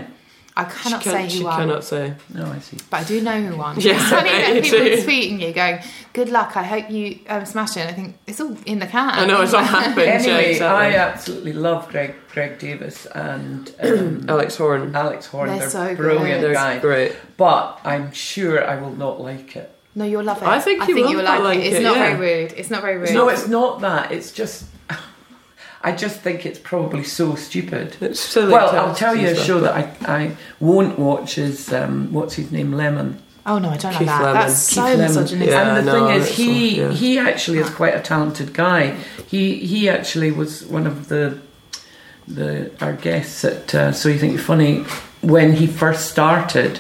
I cannot
she
say
can't-
who
she
won,
cannot say.
No, I see.
but I do know who won.
Yeah,
it's funny
you
that people
do.
are tweeting you, going, "Good luck. I hope you um, smash it." And I think it's all in the can.
I know it's all happened. yeah,
Anyway,
exactly.
I uh, absolutely love Greg Greg Davis and um,
Alex Horn.
Alex Horn.
They're
They're,
so good.
brilliant
They're
guys.
great.
But I'm sure I will not like it.
No, you'll love it.
I think you will
will like,
like
it. It's
it,
not
yeah.
very rude. It's not very rude.
No, it's not that. It's just I just think it's probably so stupid.
It's silly.
well,
to-
I'll tell you a
stuff,
show
but-
that I, I won't watch is um, what's his name Lemon.
Oh no, I don't
Keith
like that.
Lemon.
That's so
Keith Lemon.
misogynistic.
Yeah.
and the
no,
thing is,
it's
he
all- yeah.
he actually is quite a talented guy. He he actually was one of the the our guests at uh, So You Think You're Funny when he first started,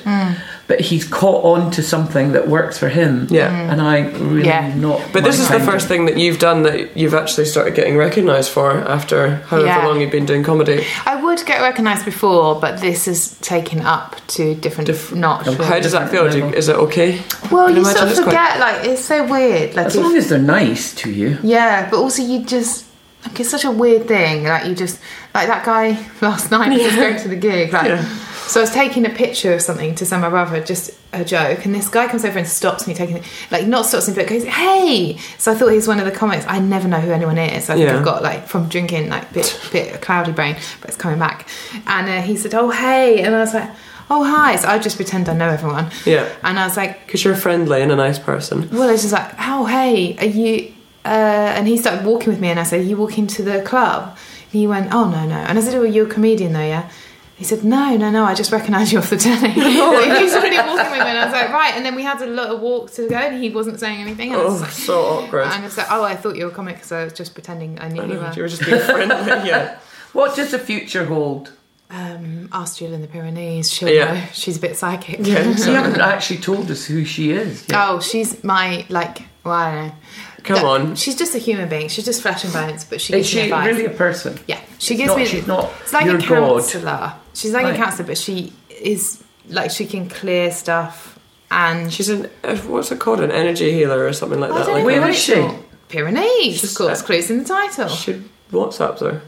but he's caught on to something that works for him.
Yeah. Mm.
and I really
Yeah.
not.
But this is the
mind it.
first thing that you've done that you've actually started getting recognised for after however
Yeah.
long you've been doing comedy.
I would get recognised before, but this is taken up to different
Diff-
notch.
How does that feel? Do you, is it okay?
Well,
I'd
you
imagine
sort of
it's quite-
forget. Like it's so weird. Like
As
if-
long as they're nice to you.
Yeah, but also you just like it's such a weird thing. Like you just like that guy last night was going to the gig. Like so, I was taking a picture of something to send my brother, just a joke, and this guy comes over and stops me taking like not stops me, but goes, "Hey!" So I thought he was one of the comics. I never know who anyone is. I think
Yeah.
I've got like from drinking like bit bit cloudy brain, but it's coming back. And uh, he said, "Oh hey," and I was like. Oh hi! So I just pretend I know everyone.
Yeah.
And I was like,
Because you're friendly and a nice person.
well, it's just like, oh, hey, are you? Uh, and he started walking with me, and I said, are you walking to the club? And he went, oh, no, no. And I said, oh, you're a comedian, though, yeah? He said, No, no, no, I just recognised you off the telly. he was already walking with me, and I was like, Right. And then we had a little walk to go, and he wasn't saying anything. And I was
Oh,
like-
so awkward.
and I was like, Oh, I thought you were a comic because I was just pretending I knew
I
you
know,
were.
you were just being friendly. Yeah.
What does the future hold?
Um, ask Jill in the Pyrenees. She'll
Yeah.
know. She's a bit psychic.
Yeah.
You
So,
haven't actually told us who she is. Yet.
Oh, she's my like. Well, I don't know.
come
No,
on.
She's just a human being. She's just flesh and bones, but she
is
gives
she
me advice.
really a person?
Yeah, she gives
not-
me.
she's not
It's like
your
a
god.
counselor. She's like
Right.
a counselor, but she is like she can clear stuff and
She's an uh, what's it called? An energy healer or something like
I
that.
don't
Like
know
Where
what
is
it's
she?
called. Pyrenees,
She's-
of course, clues in the title.
that. Should WhatsApp her.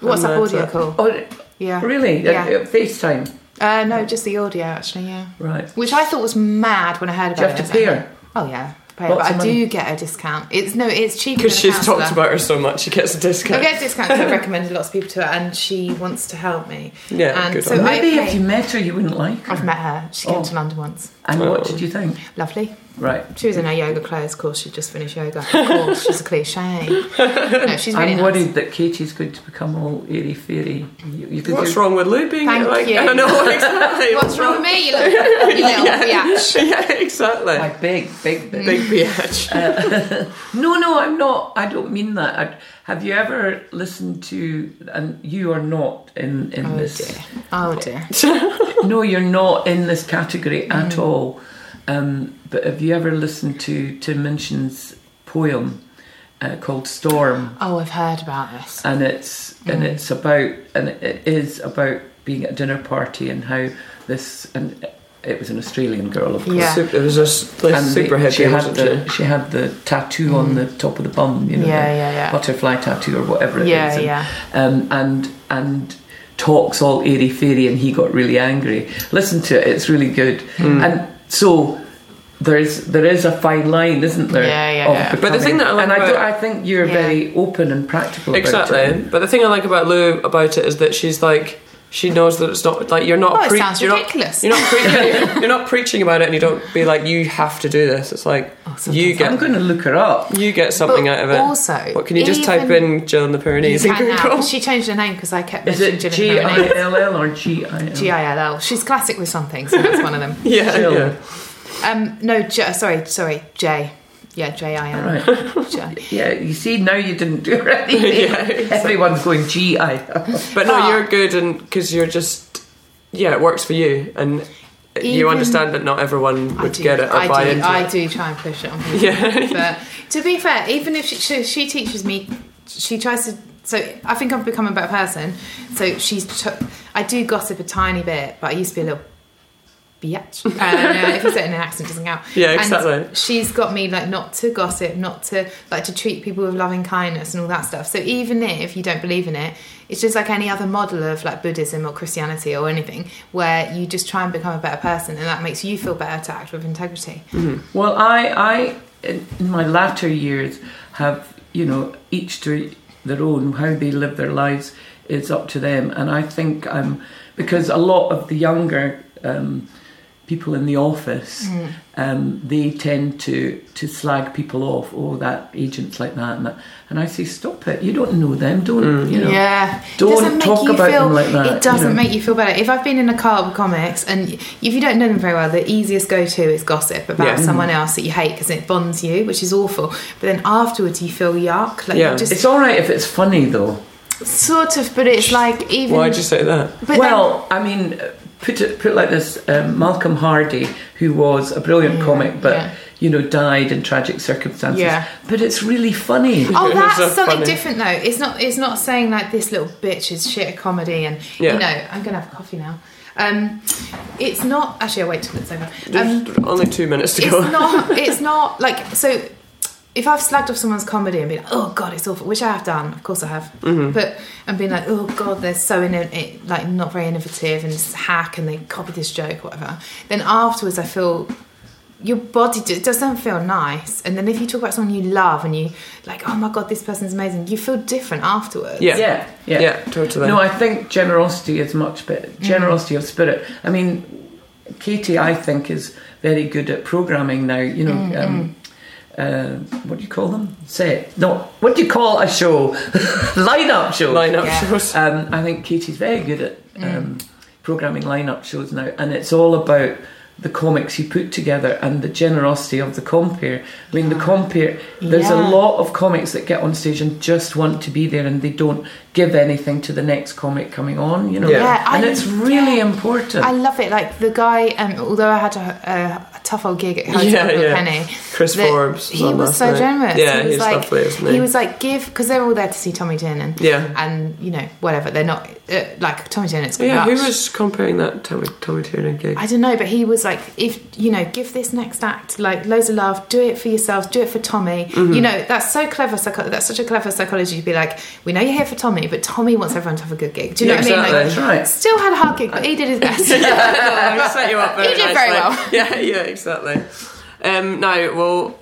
What's up,
mad
audio
that-
call?
Oh,
Yeah.
really?
Yeah.
Uh, uh, FaceTime.
Uh, no, just the audio actually. Yeah.
Right.
Which I thought was mad when I heard about
Do you
it.
have
I
to
was
pay
like,
her?
Oh yeah, pay her,
Lots
but
of
I
money.
do get a discount. It's no, it's cheaper
Because
than a
she's talked
counsellor.
about her so much, she gets a
I
discount.
get discounts. I've recommended lots of people to her, and she wants to help me.
Yeah,
and
good
so
on her.
I
Maybe
pay-
if you met her, you wouldn't like her.
I've met her. She came
Oh.
to London once.
And what
Oh.
did you think?
Lovely.
Right.
She was in her yoga clothes. Of course, she'd just finished yoga. Of course, she's a cliche. No, she's really
I'm
nice.
worried that Katie's going to become all airy fairy. You, you could
What's
do-
wrong with Lou being
Thank
like?
you.
I know exactly.
What's wrong with me, you little, you little biatch?
yeah, exactly.
My big, big,
Mm.
big.
Big biatch.
um, No, no, I'm not. I don't mean that. I, have you ever listened to? And you are not in in
Oh
this.
dear. Oh dear.
No, you're not in this category
Mm.
at all. Um, but have you ever listened to Tim Minchin's poem uh, called "Storm"?
Oh, I've heard about this.
and it's and
Mm.
it's about and it is about being at a dinner party and how this and it was an Australian girl of course.
Yeah.
Super, it was just like,
And
super
the-
hippie,
she had
wasn't
the she had the tattoo on the top of the bum, you know,
Mm. Yeah,
the
yeah, yeah.
butterfly tattoo or whatever it is.
Yeah,
and,
yeah.
Um, and and talks all airy fairy, and he got really angry. Listen to it; it's really good.
Mm.
And so there is there is a fine line, isn't there?
Yeah, yeah,
of
yeah.
But the
becoming-
thing that I like
and I,
about-
don't- I think you're
Yeah.
very open and practical.
she?
About it.
Exactly. But the thing I like about Lou about it is that she's like. She knows that it's not like you're not.
Oh, it
pre-
sounds
you're
ridiculous.
Not, you're not preaching. you're not preaching about it, and you don't be like you have to do this. It's like
Oh, sometimes
you
I'm
get
going to look her up.
you get something
But
out of it.
also,
what can you just type
even-
in Jill in the Pyrenees and
And now,
Google?
she changed her name because I kept
Is
mentioning
it
Jill
G
in her
I
name.
L L or G I L?
G I L L. She's classic with something, so that's one of them.
Yeah,
Jill.
yeah.
Um, no, J- sorry, sorry, J. Yeah, J I L.
Right.
J.
Yeah, you see, now you didn't do it right. Everyone's going G I L.
But no,
Ah.
you're good, and because you're just yeah, it works for you, and you
Even-
understand that not everyone
I
would
do,
get it or
I
buy
do,
into
I
it.
do try and push it on people.
Yeah.
but to be fair, even if she, she, she teaches me, she tries to. So I think I've become a better person. So she's. took I do gossip a tiny bit, but I used to be a little bitch. Uh, if you say it in an accent, it doesn't count.
Yeah,
And
exactly.
she's got me like not to gossip, not to like to treat people with loving kindness and all that stuff. So even if you don't believe in it, it's just like any other model of like Buddhism or Christianity or anything, where you just try and become a better person, and that makes you feel better to act with integrity.
Well, I, I, in in my latter years, have you know each to their own. How they live their lives is up to them, and I think um, because a lot of the younger um, people in the office, um, they tend to to slag people off. Oh, that agent's like that, and that. And I say, stop it. You don't know them, don't you know?
Mm. Yeah. It
Don't
doesn't make
talk
you
about
feel,
them like that, you
It doesn't
know.
make you feel better. If I've been in a car with comics and if you don't know them very well, the easiest go to is gossip about
Yeah.
someone
Mm-hmm.
else that you hate because it bonds you, which is awful. But then afterwards you feel yuck. Like
Yeah.
you just
It's all right if it's funny though.
sort of, but it's like even.
Why'd you say that?
but
well, I mean, uh, put it put it like this: um, Malcolm Hardy, who was a brilliant comic, but
yeah.
you know, died in tragic circumstances.
Yeah.
But it's really funny.
Oh,
It's
that's
so
something
funny.
different though. It's not. It's not saying like this little bitch is shit at comedy, and
Yeah.
you know, I'm gonna have a coffee now. Um, it's not actually. I will wait till it's over. Um,
There's only two minutes to
it's
go.
not it's not like so if I've slagged off someone's comedy and been like, oh god, it's awful, which I have done, of course I have,
Mm-hmm.
but and been like, oh god, they're so in it, like not very innovative and it's a hack and they copied this joke, or whatever. Then afterwards, I feel your body d- it doesn't feel nice, and then if you talk about someone you love and you like, oh my god, this person's amazing, you feel different afterwards.
yeah.
yeah, yeah,
Yeah, totally.
No, I think generosity is much better. Generosity of spirit. I mean, Katie, I think, is very good at programming now. You know. Um, uh, what do you call them? Set. No, what do you call a show? Line up show.
Line up
Yeah.
shows.
Um, I think Katie's very good at um, programming lineup shows now, and it's all about the comics you put together and the generosity of the compere. I mean, the compere, there's a
Yeah.
lot of comics that get on stage and just want to be there and they don't give anything to the next comic coming on, you know?
Yeah. Yeah,
I-
and it's really
yeah.
important.
I love it. Like the guy, um, although I had a, a, a tough old gig at Hotel
Yeah,
Blue
yeah.
Penny,
Chris
that
Forbes was
He
on
was
last
so
night.
generous.
Yeah,
he was
he's
like,
lovely, isn't he?
was like, give because they're all there to see Tommy Tiernan.
Yeah.
and you know whatever they're not uh, like Tommy Tiernan's.
Yeah, who
lush.
was comparing that Tommy Tommy Tiernan gig?
I don't know, but he was like, if you know, give this next act like loads of love, do it for yourself, do it for Tommy.
Mm-hmm.
You know, that's so clever. Psycho- that's such a clever psychology to be like, we know you're here for Tommy, but Tommy wants everyone to have a good gig. Do you
Yeah,
know what I mean?
exactly.
That's right.
Like, still had a hard gig, but he did his best.
I set you up very
You did very well.
nicely. Yeah, yeah, exactly. Um, now we'll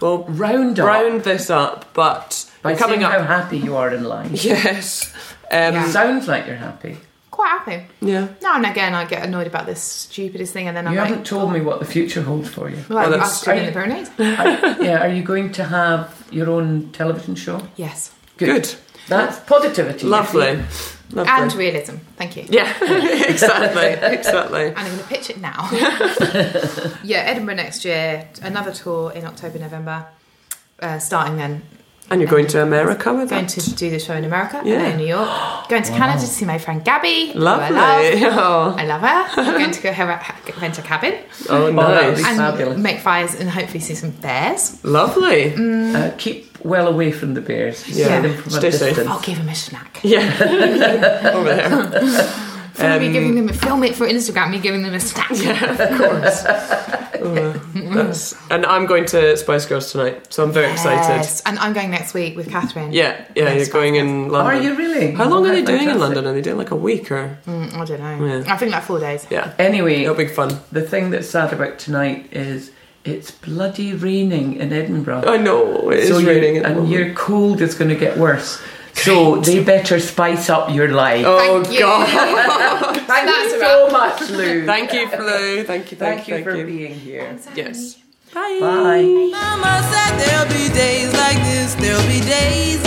we'll
Round up
round this up, but
by
we're coming
seeing
up.
how happy you are in life.
Yes. Um,
Yeah.
Sounds like you're happy.
Quite happy.
yeah.
Now and again, I get annoyed about this stupidest thing, and then I'm
You
like,
haven't told me what the future holds for you.
well,
Well,
I'm
that's-
actually in the Pyrenees.
yeah, are you going to have your own television show?
yes,
Good.
That's positivity.
Lovely. Lovely.
and realism. Thank you.
yeah, exactly, exactly.
And I'm going to pitch it now. yeah, Edinburgh next year. Another tour in October, November. Uh, starting then
And you're going to America with
going
it?
to do the show in America,
Yeah.
LA, New York. Going to Canada to see my friend Gabby. who I
Lovely.
love.
Oh,
I love her. I'm going to go her, her- rent a cabin
oh
that would
nice.
be-
and
Fabulous.
make fires and hopefully see some bears.
Lovely.
Mm.
Uh, keep well away from the bears.
Yeah.
Stay them from
Stay
a
safe.
distance.
I'll give them a snack.
Yeah. Over there.
I'm going to be
Um,
giving them a film it for Instagram, me giving them a snack.
That's, and I'm going to Spice Girls tonight, so I'm very excited.
Yes. And I'm going next week with Catherine.
Yeah, yeah,
Yes,
you're going in London.
Are you really?
How long
Oh,
are they
how
doing in
fantastic.
London? Are they doing like a week or?
Mm, I don't know.
Yeah.
I think like four days.
Yeah,
Anyway,
it'll be fun.
the thing that's sad about tonight is it's bloody raining in Edinburgh.
I know Oh, it is
you-
raining. at the
and
moment.
your cold is going to get worse. So they better spice up your life.
Oh
Thank you.
God!
thank
that's
you
a
so much, Lou.
Thank you, Flo. Thank you. Thank,
Thank you
thank
for being here.
Yes.
Bye.
Mama said there'll be days like this, there'll be days